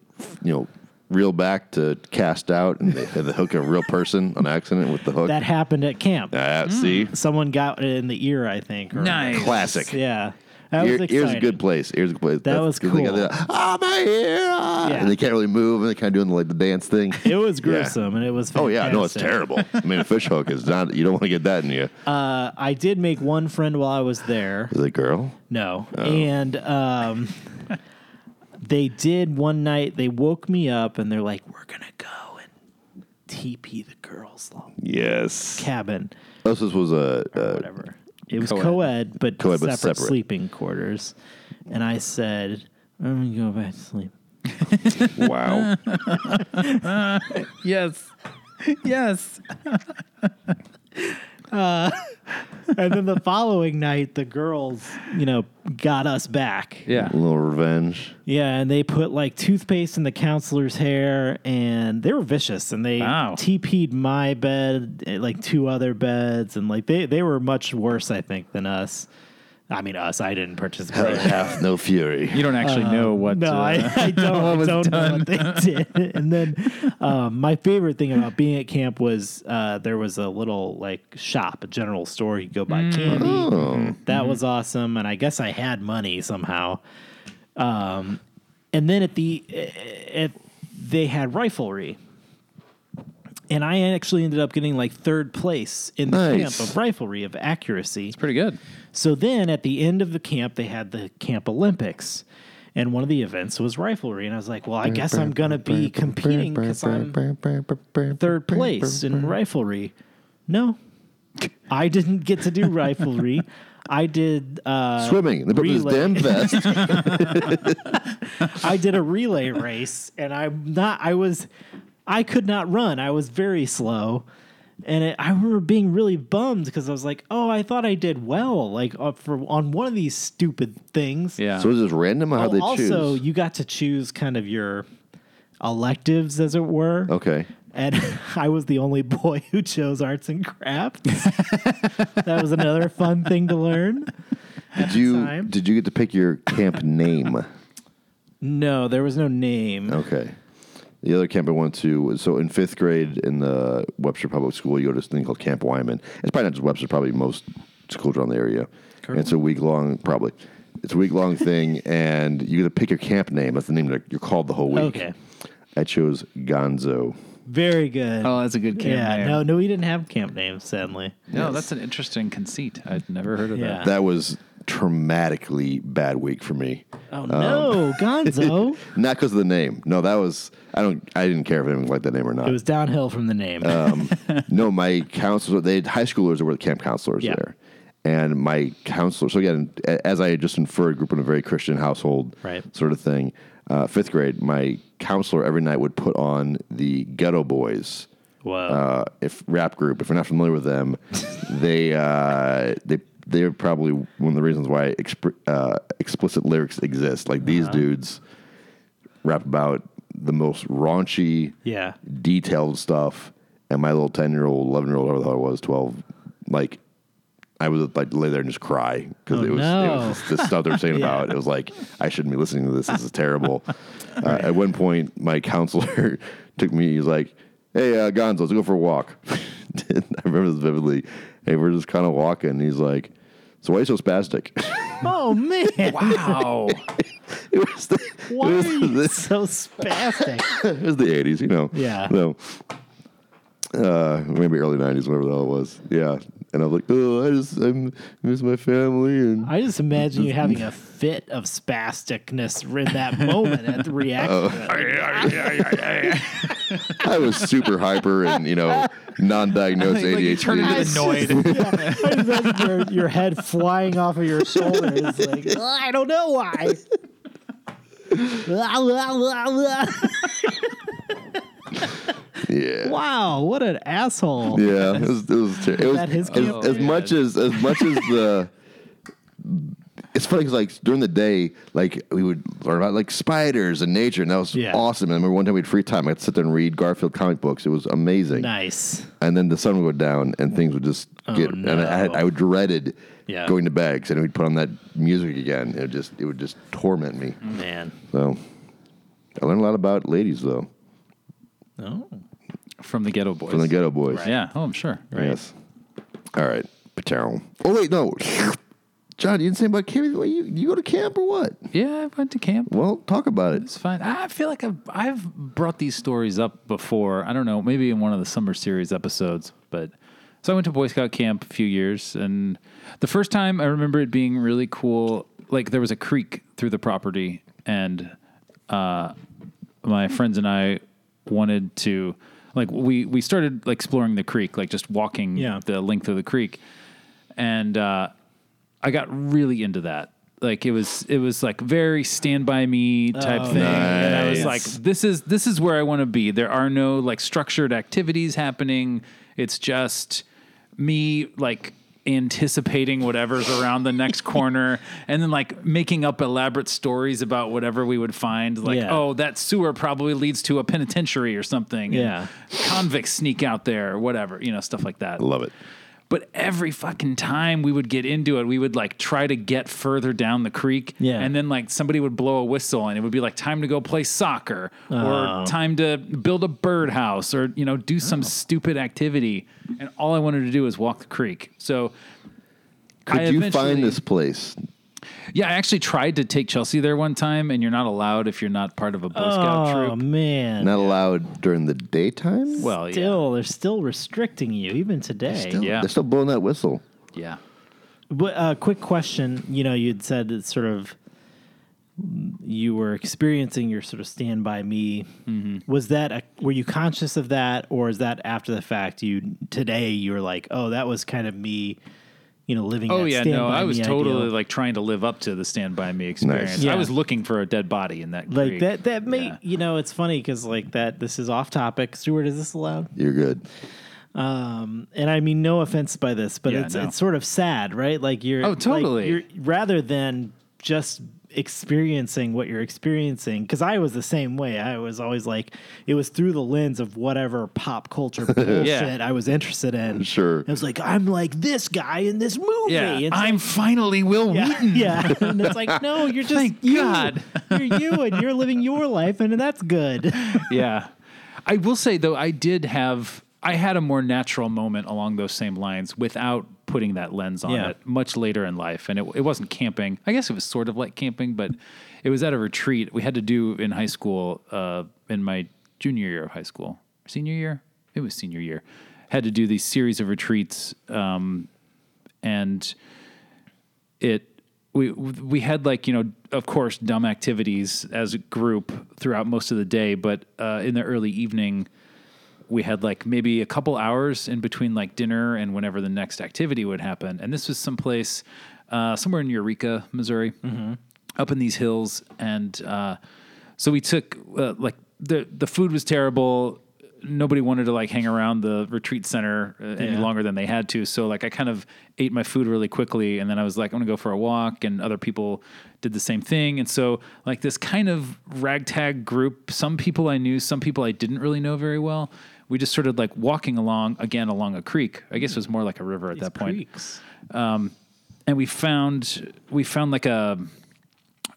A: you know reel back to cast out and they had to hook a real person on accident with the hook.
C: that happened at camp
A: Ah, see,
C: someone got it in the ear, I think. or-
D: Nice.
A: classic.
C: Yeah. That
A: Ear-
C: was exciting.
A: ear's a good place. Ear's a good place.
C: was
A: because they got
C: cool.
A: the, Ah, my ear! ah,"
C: Yeah.
A: And they can't really move, and they're kind of doing like the
C: <laughs>
A: dance thing.
C: It
A: <laughs>
C: was gruesome and it was
A: Oh yeah, no, it's
C: fantastic.
A: terrible. I mean, a fish hook is not. You don't want to get that in you.
C: Uh, I did make one friend while I was there.
A: Is it a girl?
C: No.
A: Oh.
C: And um, <laughs> they did one night, they woke me up and they're like, we're going to go and TP the girls'
A: Yes.
C: cabin
A: Oh, so this was a.
C: or
A: Uh,
C: whatever. It was
D: co-ed.
C: co ed, but,
A: Co-ed, but
C: separate
A: separate.
C: sleeping quarters. And I said, I'm going to go back to sleep.
A: wow.
D: Yes. yes.
C: and then the following night, the girls, you know, got us back.
D: Yeah.
A: A
C: <laughs>
A: little revenge.
C: Yeah, and they put like toothpaste in the counselor's hair, and they were vicious. And they
D: Wow.
C: TP'd my bed, eh, like two other beds, and like they they were much worse, I think, than us. I mean, us. I didn't participate.
A: Half no fury.
D: You don't actually know what.
C: No,
D: uh,
C: I, I
D: <laughs>
C: don't, I
D: was
C: don't know what they did. <laughs> And then um, my favorite thing about being at camp was uh, there was a little like shop, a general store. You go
D: Mm.
C: buy candy.
D: Oh.
C: That
D: Mm-hmm.
C: was awesome. And I guess I had money somehow. Um, and then at the at, they had riflery. And I actually ended up getting like third place in the
A: Nice.
C: camp of riflery of accuracy.
D: Pretty good.
C: So then at the end of the camp, they had the Camp Olympics. And one of the events was riflery. And I was like, well, I guess I'm going to be competing because I'm third place in riflery. No, I didn't get to do riflery. I did. Uh,
A: Swimming. They put this
C: relay.
A: damn vest.
C: I did a relay race, and I'm not. I was, I could not run. I was very slow, and it, I remember being really bummed because I was like, "Oh, I thought I did well, like uh, for on one of these stupid things."
D: Yeah.
A: so is this random or how
C: Oh,
A: they
C: also,
A: choose?
C: you got to choose kind of your electives, as it were.
A: Okay.
C: And <laughs> I was the only boy who chose arts and crafts. that was another fun thing to learn.
A: Did you
C: time.
A: did you get to pick your
C: <laughs>
A: camp name?
C: No, there was no name.
A: Okay. The other camp I went to was so in fifth grade in the Webster Public School, you go to this thing called Camp Wyman. It's probably not just Webster, probably most schools around the area. And it's a week long, probably. It's a
C: <laughs>
A: week long thing, and you get to pick your camp name. That's the name that you're called the whole week.
C: Okay.
A: I chose Gonzo.
C: Very good.
D: Oh, that's a good camp
C: yeah,
D: name.
C: no, no, we didn't have camp names, sadly.
D: No, that's an interesting conceit. I'd never heard of
C: Yeah.
D: that.
A: That was traumatically bad week for me.
C: Oh no, <laughs> Gonzo.
A: <laughs> Not because of the name. No, that was I don't I didn't care if anyone liked that name or not. <laughs> Um,
C: It was downhill from the name.
A: Uh, no, my counselor, they had high schoolers were the camp counselors
C: Yeah.
A: there. And my counselor, so again, a- as I had just inferred, grew up in a very Christian household,
C: Right.
A: sort of thing. Uh, fifth grade, my counselor every night would put on the Ghetto Boys
C: Whoa.
A: uh, if rap group. If you're not familiar with them, they uh, they they're probably one of the reasons why exp- uh, explicit lyrics exist. Like these dudes rap about the most raunchy,
C: Yeah.
A: detailed stuff, and my little ten year old, eleven year old, whatever the hell it was, twelve, like I would like lay there and just cry because it was it
E: Oh, no.
A: was this, this stuff they were
E: <laughs>
A: saying about it. It was like I shouldn't be listening to this. This is terrible. Uh, at one point, my counselor <laughs> took me. He's like, "Hey, uh, Gonzo, let's go for a walk." <laughs> And I remember this vividly. And we're just kind of walking. And he's like, "So why are you so spastic?" <laughs>
E: Oh man,
D: <laughs> Wow.
A: it was the, it
E: why
A: was
E: are
A: <laughs>
E: you
A: this-
E: so spastic?
A: it was the eighties, you know.
E: Yeah.
A: No. Uh, maybe early nineties, whatever the hell it was. Yeah. And I was like, oh, I just I miss my family, and
E: I just imagine you having a fit of spasticness in that moment at
A: <laughs>
E: the reaction.
A: Oh. I was super hyper and you know non-diagnosed
D: Like, you turn into
A: ADHD.
D: the
A: <laughs>
D: Noid.
E: I just imagine your, your head flying off of your shoulder. It's like, "Ugh, I don't know why. <laughs> La, la, la, la.
A: yeah.
E: wow, what an asshole.
A: Yeah. It was. It was. Ter- it was
E: That his
A: as,
E: camp?
A: as much as as much as the. It's funny because like during the day, like we would learn about like spiders and nature, and that was
E: Yeah.
A: awesome. And I remember one time we had free time, I'd sit there and read Garfield comic books. It was amazing.
E: Nice.
A: and then the sun would go down and things would just
D: Oh,
A: get and I, had, I dreaded
E: Yeah.
A: going to bed because then we'd put on that music again it just it would just torment me
D: Mm-hmm.
E: Man.
A: so I learned a lot about ladies though
E: Oh.
D: From the Ghetto Boys.
A: from the Ghetto Boys
D: Yeah. Oh, I'm sure.
A: yes all right Patown. oh wait no <laughs> John you didn't say about camp Wait, you, you go to camp or what
D: Yeah, I went to camp.
A: well talk about it
D: It's fine. I feel like I've, I've brought these stories up before. I don't know, maybe in one of the summer series episodes. But so I went to Boy Scout camp a few years, and the first time I remember it being really cool. Like there was a creek through the property, and uh, my friends and I wanted to like we we started like exploring the creek, like just walking
C: Yeah.
D: the length of the creek, and uh, I got really into that. Like it was, it was like very Stand By Me type thing, and I was like,
C: Oh, nice.
D: "This is this is where I want to be." There are no like structured activities happening. It's just me like anticipating whatever's around
C: <laughs>
D: the next corner, and then like making up elaborate stories about whatever we would find. Like,
C: Yeah.
D: oh, that sewer probably leads to a penitentiary or something. and
C: Yeah.
D: convicts sneak out there, or whatever, you know, stuff like that.
A: I love it
D: But every fucking time we would get into it, we would like try to get further down the creek.
C: Yeah.
D: And then like somebody would blow a whistle and it would be like time to go play soccer
E: Oh.
D: or time to build a birdhouse or, you know, do some stupid activity. And all I wanted to do was walk the creek. So
A: could
D: I
A: you
D: eventually-
A: find this place
D: Yeah, I actually tried to take Chelsea there one time and you're not allowed if you're not part of a Boy Scout
E: Oh,
D: troop.
E: man.
A: not allowed during the daytime
D: Well, yeah.
E: still, they're still restricting you, even today.
A: Still-
D: yeah.
A: they're still blowing that whistle
D: Yeah.
C: But uh, quick question, you know, you'd said that sort of you were experiencing your sort of stand by me.
D: Mm-hmm.
C: Was that a, were you conscious of that, or is that after the fact? You today you were like, oh, that was kind of me, you know, living.
D: Oh
C: that
D: yeah,
C: Stand
D: no,
C: By
D: I was
C: Me
D: totally
C: ideal.
D: like trying to live up to the Stand By Me experience.
A: Yeah.
D: I was looking for a dead body in that
C: like
D: creek.
C: that. That may
D: Yeah.
C: you know, it's funny because like that. This is off topic. Stuart, is this allowed?
A: you're good
C: and I mean no offense by this, but
D: Yeah,
C: it's
D: no.
C: it's sort of sad, right? Like you're
D: Oh,
C: like,
D: totally.
C: you're rather than just experiencing what you're experiencing because I was the same way. I was always like it was through the lens of whatever pop
D: <laughs>
C: culture bullshit I was interested in.
A: Sure.
C: I was like I'm like this guy in this movie.
D: Yeah,
C: It's
D: I'm finally Will
C: yeah, <laughs>
D: Wheaton.
C: yeah. And it's like, no,
D: <laughs>
C: you're just
D: Thank
C: you.
D: God.
C: You're you and you're living your life and that's
D: <laughs>
C: good.
D: yeah. I will say though, I did have I had a more natural moment along those same lines without putting that lens on
C: Yeah.
D: it much later in life. And it, it wasn't camping. I guess it was sort of like camping, but it was at a retreat we had to do in high school, uh, in my junior year of high school, senior year. It was senior year. Had to do these series of retreats, um, and it we we had like you know of course dumb activities as a group throughout most of the day but uh, in the early evening we had like maybe a couple hours in between like dinner and whenever the next activity would happen and this was someplace uh, somewhere in eureka missouri up in these hills and uh, so we took uh, like the the food was terrible nobody wanted to like hang around the retreat center uh, any
C: Yeah.
D: longer longer than they had to. So like I kind of ate my food really quickly and then I was like, I'm gonna go for a walk and other people did the same thing. And so like this kind of ragtag group, some people I knew, some people I didn't really know very well, we just started like walking along again along a creek. I guess it was more like a river at that point.
C: Creeks.
D: And we found we found like a,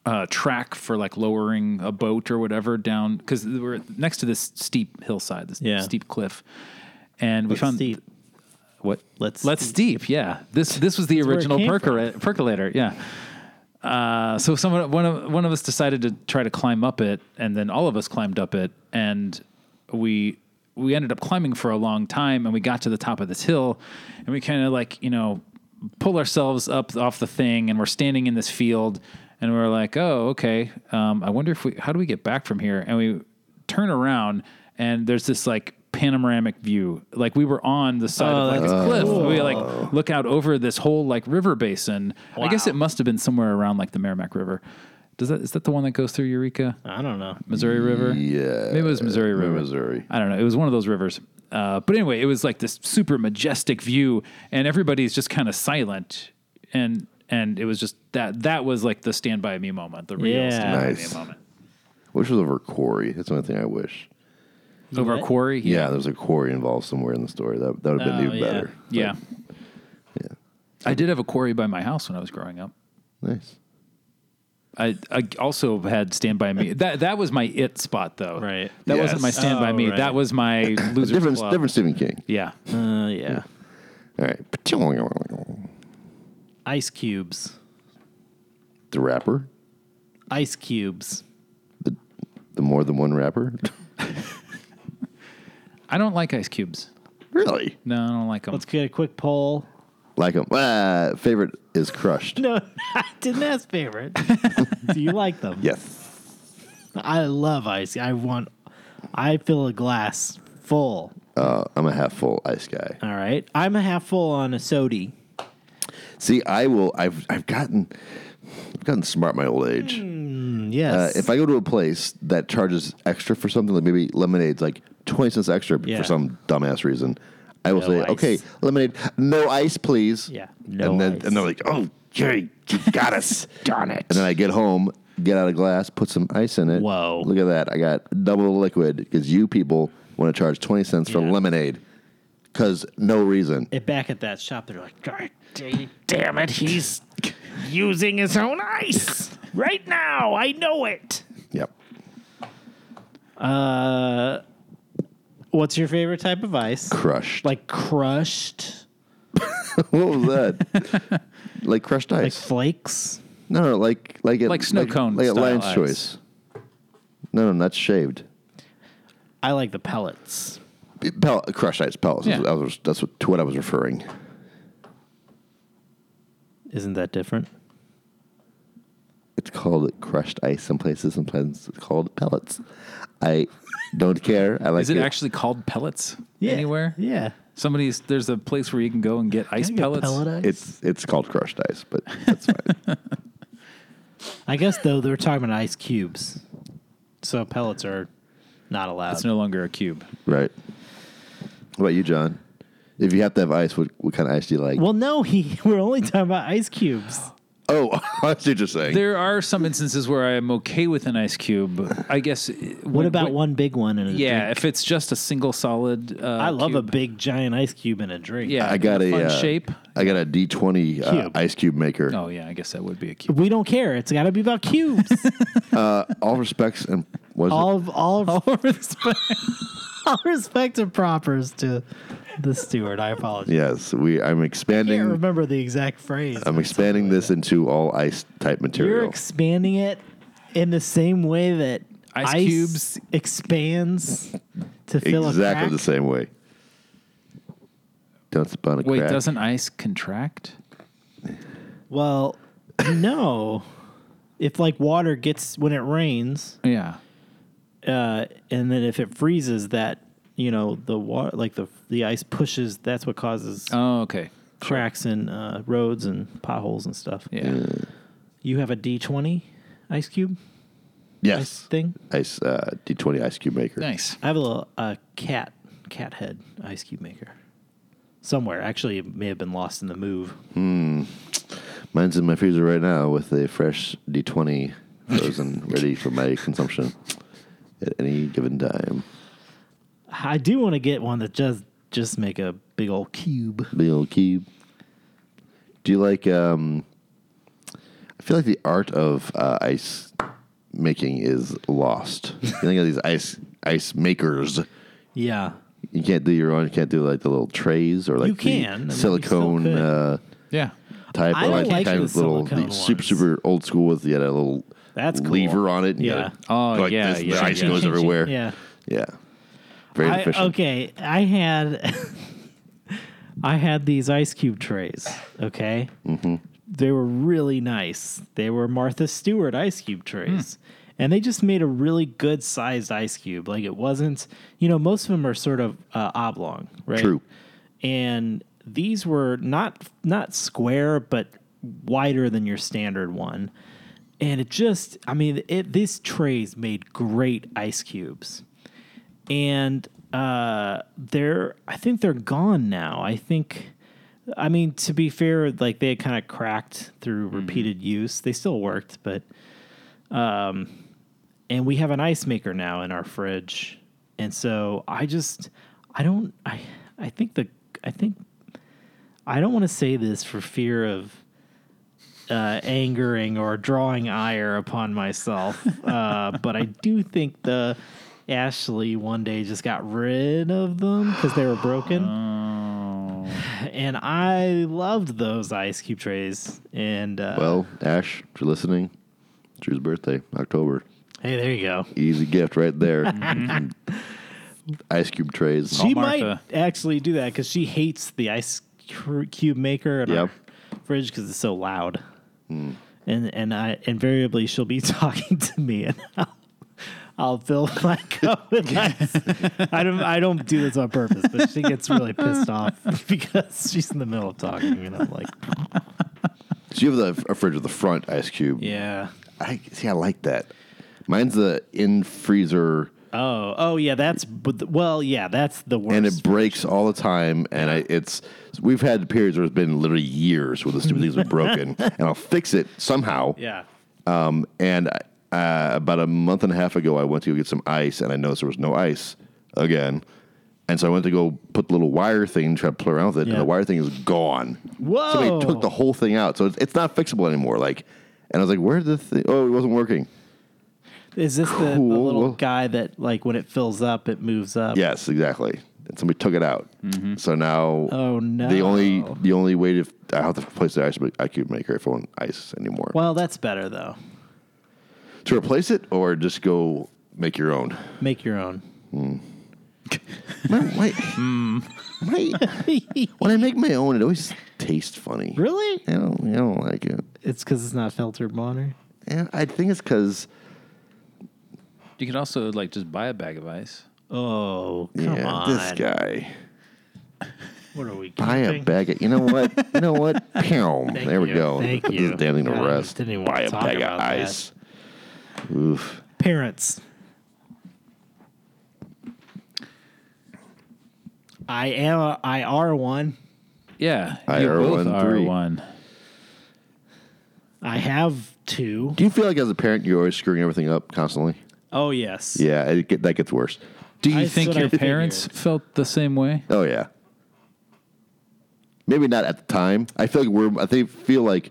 D: a track for like lowering a boat or whatever down because we're next to this steep hillside, this
C: Yeah.
D: steep cliff, and we found
C: Steep.
D: what
C: Let's
D: let's steep. Yeah, this this was the
C: where it
D: original
C: came
D: percora- percolator. Yeah. Uh, so someone one of one of us decided to try to climb up it, and then all of us climbed up it, and we we ended up climbing for a long time, and we got to the top of this hill, and we kind of like you know pull ourselves up off the thing, and we're standing in this field, and we're like, oh okay, um, I wonder if we how do we get back from here, and we turn around, and there's this like panoramic view like we were on the side
C: Oh,
D: of like
C: that's
D: a cliff we like look out over this whole like river basin i guess it must have been somewhere around like the merrimack river does that is that the one that goes through eureka
C: I don't know.
D: missouri river
A: Yeah.
D: maybe it was missouri river
A: Missouri.
D: i don't know it was one of those rivers uh, but anyway it was like this super majestic view and everybody's just kind of silent and and it was just that that was like the stand by me moment the real
C: Yeah.
D: stand by
A: Nice.
D: me moment
A: Wish was over Corey. That's the only thing I wish.
D: over a quarry
A: Yeah, there's a Corey involved somewhere in the story. That that would have been
C: Oh,
A: even
C: yeah.
A: better.
D: yeah
A: Yeah.
D: i did have a quarry by my house when i was growing up
A: Nice.
D: I, I also had Stand By Me. That that was my it spot though.
C: Right.
D: That
A: Yes.
D: wasn't my Stand By
C: Oh,
D: Me.
C: right.
D: That was
C: <laughs>
D: my Loser
A: Different
D: Club.
A: different Stephen King.
D: Yeah.
C: Uh, yeah.
A: All right.
C: Ice cubes.
A: The rapper?
C: Ice cubes.
A: The the more than one rapper? <laughs>
D: I don't like ice cubes.
A: really?
D: No, I don't like them.
C: Let's get a quick poll.
A: Like him. Ah, favorite is crushed.
C: No, I didn't ask favorite. <laughs> Do you like them?
A: Yes.
C: I love ice. I want. I fill a glass full.
A: Uh, I'm a half full ice guy.
C: All right. I'm a half full on a sody.
A: See, I will. I've I've gotten I've gotten smart my old age. Uh,
C: Yes.
A: if I go to a place that charges extra for something, like maybe lemonade's like twenty cents extra
C: Yeah.
A: for some dumbass reason, I will
C: No
A: say,
C: ice.
A: okay, lemonade, no ice, please.
C: Yeah.
A: and
C: No
A: then
C: ice.
A: and they're like, oh, Jerry, you
C: <laughs>
A: got us, darn it. And then I get home, get out a glass, put some ice in it.
C: Whoa.
A: Look at that! I got double the liquid because you people want to charge twenty cents for
C: Yeah.
A: lemonade because no reason.
C: It- back at that shop, they're like, "God
E: Damn it, he's using his own ice right now. I know it.
A: Yep.
C: "What's your favorite type of ice?"
A: Crushed.
C: Like crushed,
A: <laughs> What was that?
C: <laughs>
A: like crushed
C: like
A: ice?
C: flakes.
A: no, no, like like it,
D: Like snow cone
A: like at
D: style
A: Lion's
D: ice.
A: Choice. No, no, not shaved.
C: I like the pellets.
A: Pel- crushed ice pellets.
D: Yeah.
A: That was- that's what, to what I was referring.
C: Isn't that different?
A: It's called crushed ice some places. Sometimes it's called pellets. I don't care. I like
D: <laughs> Is it actually called pellets anywhere?
C: Yeah.
D: Somebody's there's a place where you can go and get ice
C: Can I get
D: pellets.
C: pellet ice?
A: It's it's called crushed ice, but <laughs> that's fine.
C: I guess though they're talking about ice cubes, so pellets are not allowed.
D: It's no longer a cube.
A: right. What about you, John? If you have to have ice, what, what kind of ice do you like?
C: well, no, he. <laughs> We're only talking about ice cubes.
A: Oh, <laughs> I see what you're saying.
D: There are some instances where I am okay with an ice cube. I guess. eh, What
C: What about one big one and a
D: Yeah,
C: drink?
D: if it's just a single solid. Uh,
C: I love a
D: cube.
C: big giant ice cube and a drink.
D: Yeah,
A: I got a
D: fun
A: uh,
D: shape.
A: I got a D20 uh,
C: Cube.
A: ice cube maker.
D: Oh yeah, I guess that would be a cube.
C: We don't care. It's got to be about cubes.
D: <laughs>
A: Uh, All respects and was it?
C: all of <laughs>
D: <laughs>
C: all of,
D: All respect.
C: <laughs> all respect and propers to the steward. I apologize.
A: Yes, we. I'm
C: I can't
A: expanding.
C: remember the exact phrase.
A: I'm expanding this into all ice type
C: You're
A: material.
C: expanding it in the same way that
D: Ice
C: ice,
D: cubes.
C: cubes expands to fill a
A: exactly
C: crack.
A: the same way. Don't spun a
D: Wait,
A: crack.
D: doesn't ice contract?
C: Well, no. If like water gets when it rains,
D: Yeah.
C: uh, and then if it freezes, that you know the water like the the ice pushes. That's what causes
D: Oh, okay.
C: cracks in uh, roads and potholes and stuff.
A: Uh,
D: Yeah.
C: You have a D twenty ice cube ice
A: Yes,
C: thing.
A: ice uh, D20 ice cube maker.
D: Nice.
C: I have a little uh, cat cat head ice cube maker somewhere. Actually, it may have been lost in the move.
A: Hmm. Mine's in my freezer right now with a fresh D20 frozen, ready for my consumption at any given time.
C: I do want to get one that just just make a big old cube.
A: Bill Cube. Do you like? Um, I feel like the art of uh, ice making is lost. you think of these ice ice makers.
C: Yeah.
A: You can't do your own. You can't do like the little trays or like
C: You
A: the
C: can. I mean, you still
A: silicone
C: could.
A: uh,
D: Yeah.
A: type.
C: I
A: or
C: don't
A: like,
C: like
A: kind
C: the
A: of little
C: silicone
A: the super
C: ones.
A: super old school with you had a little
C: That's cool.
A: lever on it. and you
C: Yeah.
A: gotta
D: Oh,
A: go like
D: yeah,
A: this, and
D: yeah,
A: The ice
D: yeah.
A: goes everywhere.
C: Yeah.
A: Yeah. Very
C: I-
A: efficient.
C: okay, I had <laughs> I had these ice cube trays. Okay,
A: Mm-hmm.
C: they were really nice. They were Martha Stewart ice cube trays, and they just made a really good sized ice cube. Like it wasn't, you know, most of them are sort of uh, oblong, right?
A: True.
C: And these were not not square, but wider than your standard one. And it just, I mean, it, these trays made great ice cubes and uh, they're I think they're gone now. I think, I mean, to be fair, like they kind of cracked through repeated use. They still worked, but um, and we have an ice maker now in our fridge, and so I just I don't I I think the I think I don't want to say this for fear of. Uh, angering or drawing ire upon myself, uh, but I do think the Ashley one day just got rid of them because they were broken, and I loved those ice cube trays. And uh,
A: Well, Ash, if you're listening, it's Drew's birthday, October.
C: hey, there you go.
A: Easy gift
C: <laughs>
A: right there. Ice cube trays.
D: Oh,
C: She
A: uh,
D: Martha.
C: might actually do that because she hates the ice cr- cube maker in
A: Yep. Hmm.
C: our fridge because it's so loud. And and I invariably she'll be <laughs> talking to me and I'll, I'll fill <laughs> my cup with ice. <laughs> I don't I don't do this on purpose, but she gets really pissed off <laughs> because she's in the middle of talking and I'm like,
A: So you have the a fridge with the front ice cube.
C: yeah.
A: I see. I like that. Mine's the in freezer,
C: Oh oh yeah, that's but the- well yeah, that's the worst.
A: and it breaks all the time. And I, it's we've had periods where it's been literally years where the stupid things
C: <laughs>
A: are broken, and I'll fix it somehow.
C: yeah.
A: Um, and uh, about a month and a half ago, I went to go get some ice, and I noticed there was no ice again. And so I went to go put the little wire thing, try to play around with it,
C: Yeah.
A: and the wire thing is gone.
C: Whoa.
A: Somebody took the whole thing out, so it's, it's not fixable anymore. Like, and I was like, "Where did the thing? Oh, it wasn't working."
C: Is this the, the
A: Cool.
C: little guy that like when it fills up it moves up?
A: Yes, exactly. And somebody took it out. So now,
C: Mm-hmm. Oh, no.
A: The only the only way to I have to replace the ice I cube maker if I want ice anymore
C: Well, that's better though.
A: to replace it or just go make
C: <laughs>
A: your own.
C: Make your own.
A: My, my,
C: Hmm.
A: my- when I make my own, it always tastes funny.
C: Really?
A: I don't, I don't like it.
C: It's because it's not filtered water.
A: And I think it's because
D: You could also like just buy a bag of ice.
C: Oh, come
A: yeah,
C: on.
A: this guy.
C: What are we
A: Buy a
C: keeping?
A: bag of, you know what? You
C: <laughs>
A: know what? Pound. There we
C: you.
A: go.
C: Thank
A: Put
C: you.
A: this damn thing to
C: God, I
A: rest.
C: didn't even
A: Buy
C: wanna
A: a
C: talk
A: bag of
C: about that.
A: ice. Oof.
C: Parents. I am. A, I are one.
D: Yeah.
A: I
D: you
A: are
D: both
A: one,
D: are
A: three.
D: one.
C: I have two.
A: Do you feel like as a parent you're always screwing everything up constantly?
C: Oh yes.
A: Yeah, it get, that gets worse.
D: Do you
C: I- that's
D: think
C: what I
D: your parents felt the same way?
A: Oh yeah. Maybe not at the time. I feel like we're. I think feel like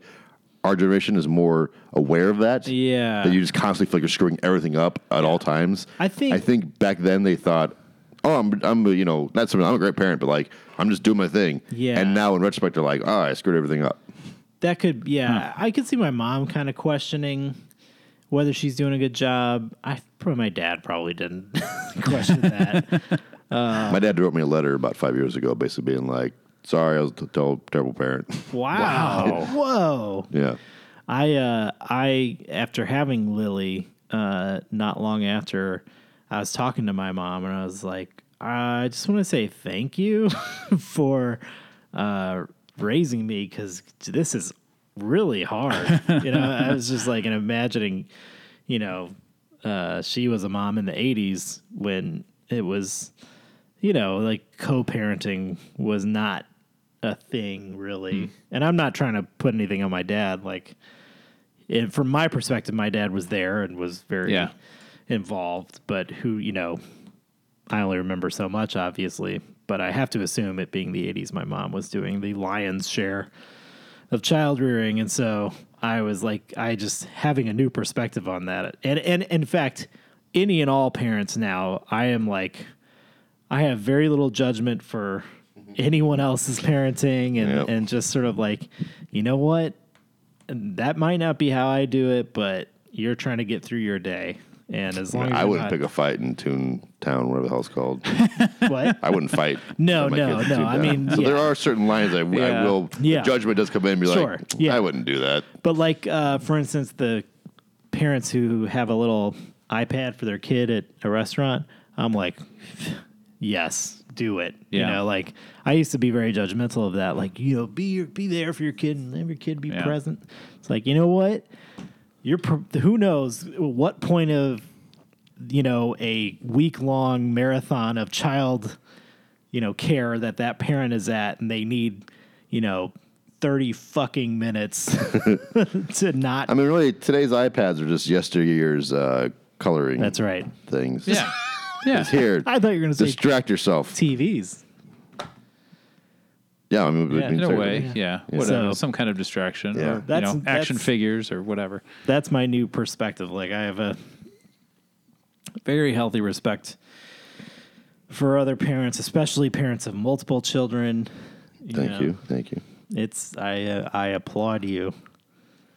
A: our generation is more aware of that.
C: Yeah.
A: That you just constantly feel like you're screwing everything up at all times.
C: I think-
A: I think back then they thought, oh, I'm, I'm, you know, not something. I'm a great parent, but like I'm just doing my thing.
C: Yeah.
A: And now in retrospect, they're like, oh, I screwed everything up.
C: That could. Yeah. Hmm. I could see my mom kind of questioning whether she's doing a good job. I probably my dad probably didn't <laughs> question that. <laughs> Ah.
A: My dad wrote me a letter about five years ago, basically being like, sorry, I was a t- terrible parent. <laughs>
C: Wow. Whoa.
A: yeah.
C: I uh I after having Lily uh not long after I was talking to my mom and I was like I just want to say thank you <laughs> for uh raising me cuz this is really hard. you know, I was just like and imagining you know uh she was a mom in the 80s when it was you know, like co-parenting was not a thing really. And I'm not trying to put anything on my dad like and from my perspective, my dad was there and was very
D: Yeah.
C: involved, but who, you know, I only remember so much, obviously, but I have to assume it being the 80s, my mom was doing the lion's share of child rearing. And so I was like, I just having a new perspective on that. And, and in fact, any and all parents now, I am like, I have very little judgment for anyone else's parenting and,
A: Yep.
C: and just sort of like, you know what? That might not be how I do it, but you're trying to get through your day. And as long as
A: I
C: you're
A: wouldn't
C: not-
A: pick a fight in Toontown, whatever the hell it's called.
C: <laughs> what?
A: I wouldn't fight.
C: No,
A: my
C: no,
A: kids
C: no,
A: do
C: I
A: that.
C: mean,
A: so there
C: yeah.
A: are certain lines I, I
D: Yeah.
A: will.
C: Yeah.
A: The judgment does come in and be
C: Sure,
A: like,
C: yeah.
A: I wouldn't do that.
C: But like, uh, for instance, the parents who have a little iPad for their kid at a restaurant, I'm like, yes, do it. You
D: Yeah.
C: know, like I used to be very judgmental of that. Like, you know, be your, be there for your kid and have your kid be
D: Yeah.
C: present. It's like, you know what? You're pr- who knows what point of you know a week long marathon of child you know care that that parent is at and they need you know 30 fucking
A: <laughs>
C: minutes <laughs> to not
A: I mean, really, today's iPads are just yesteryear's uh, coloring.
C: that's right
A: Things.
D: Yeah.
C: <laughs>
D: Yeah.
A: It's here.
C: i thought you were going to say
A: Distract yourself.
C: tvs
A: Yeah, I mean, we
C: Yeah.
A: can
D: In a
A: say-
D: way, yeah. Whatever.
C: So-
D: Some kind of distraction.
A: Yeah.
D: Or, you
C: That's-
D: know, action
C: that's-
D: figures or whatever.
C: that's my new perspective like i have a very healthy respect for other parents especially parents of multiple children
A: Thank
C: know.
A: you, thank you.
C: it's i uh, i applaud you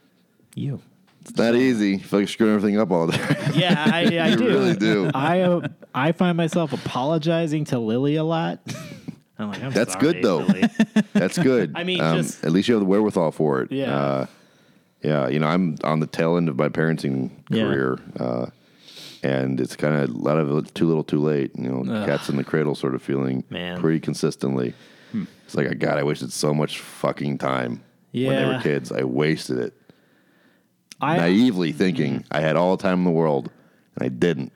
A: <laughs>
C: you
A: It's not easy. I feel like you're screwing everything up all day. <laughs>
C: yeah i, I
A: you
C: do <laughs>
A: really do.
C: I uh, I find myself apologizing to Lily a lot. I'm like, I'm
A: That's
C: sorry,
A: good, though.
C: Lily.
A: That's good. Um,
C: I mean, just-
A: at least you have the wherewithal for it.
C: Yeah.
A: Uh, yeah. You know, I'm on the tail end of my parenting
C: Yeah.
A: career, uh, and it's kind of a lot of it too little, too late. You know, cats in the cradle sort of feeling
C: Man. Hmm.
A: pretty consistently. It's like, "Oh, God, I wasted so much fucking time when they
C: Yeah.
A: were kids. I wasted it
C: I,
A: naively thinking I had all the time in the world, and I didn't.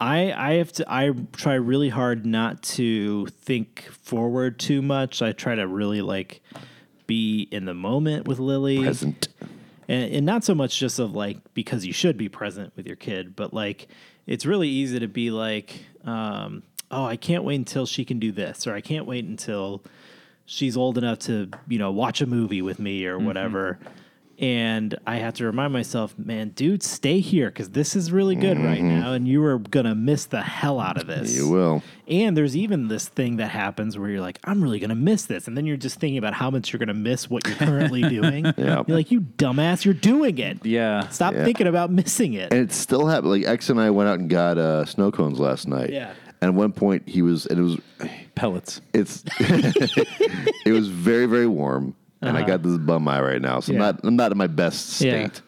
C: I I have to I try really hard not to think forward too much. I try to really like be in the moment with Lily.
A: Present.
C: and, and not so much just of like because you should be present with your kid but like it's really easy to be like um, oh i can't wait until she can do this or i can't wait until she's old enough to you know watch a movie with me
A: Mm-hmm.
C: or whatever and i have to remind myself man dude stay here because this is really good right now and you are gonna miss the hell out of this
A: Mm-hmm. You will.
C: and there's even this thing that happens where you're like, I'm really going to miss this. And then you're just thinking about how much you're going to miss what you're
A: <laughs>
C: currently doing.
A: Yeah.
C: You're like, you dumbass, you're doing it.
D: Yeah.
C: Stop
A: Yeah.
C: thinking about missing it.
A: And it still happened. Like X and I went out and got uh, snow cones last night.
C: Yeah.
A: And at one point he was, and it was,
D: Pellets.
A: it's, <laughs> it was very very warm, and I got this bum eye right now, so
C: Uh-huh. Yeah.
A: I'm not I'm not in my best
C: Yeah.
A: state.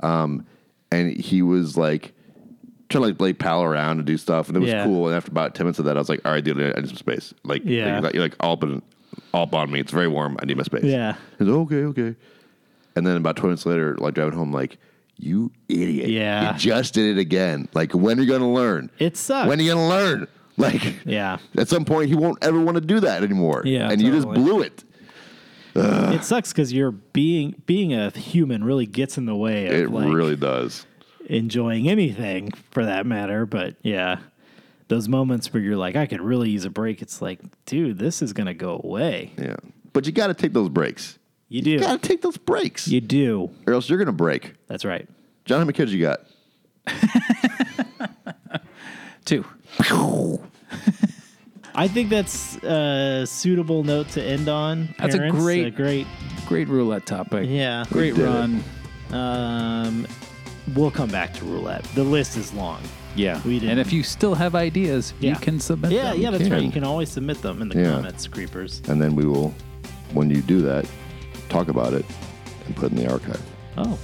A: Um, and he was like trying to like, like pal around and do stuff, and it was
C: Yeah.
A: cool. And after about ten minutes of that, I was like, all right, dude, I need some space. Like,
C: Yeah.
A: like, you're like all but all on me. It's very warm. I need my space.
C: Yeah.
A: He's like, okay, okay. And then about 20 minutes later, like driving home, like, you idiot.
C: Yeah.
A: You just did it again. Like, when are you going to learn?
C: It sucks.
A: When are you going to learn? Like, <sighs>
C: yeah.
A: at some point, he won't ever want to do that anymore.
C: Yeah,
A: And you just
C: totally.
A: blew it.
C: It sucks because you're being, being a human really gets in the way of
A: It
C: like
A: really does.
C: enjoying anything for that matter. But yeah, those moments where you're like, I could really use a break. It's like, dude, this is going to go away.
A: Yeah. But you got to take those breaks.
C: You do.
A: You got to take those breaks,
C: You do.
A: or else you're going to break.
C: That's right.
A: John, how many kids you got?
D: Two.
C: I think that's a suitable note to end on.
D: That's a
C: parents.
D: great-
C: great,
D: Great roulette topic.
C: yeah.
D: Great
A: did it.
D: run.
C: Um, we'll come back to roulette. The list is long.
D: Yeah.
C: We did.
D: And if you still have ideas,
C: Yeah.
D: you can submit
C: Yeah,
D: them.
C: yeah, that's right.
A: can.
C: You can always submit them in the
A: Yeah.
C: comments, creepers.
A: And then we will, when you do that, talk about it and put it in the archive.
C: Oh,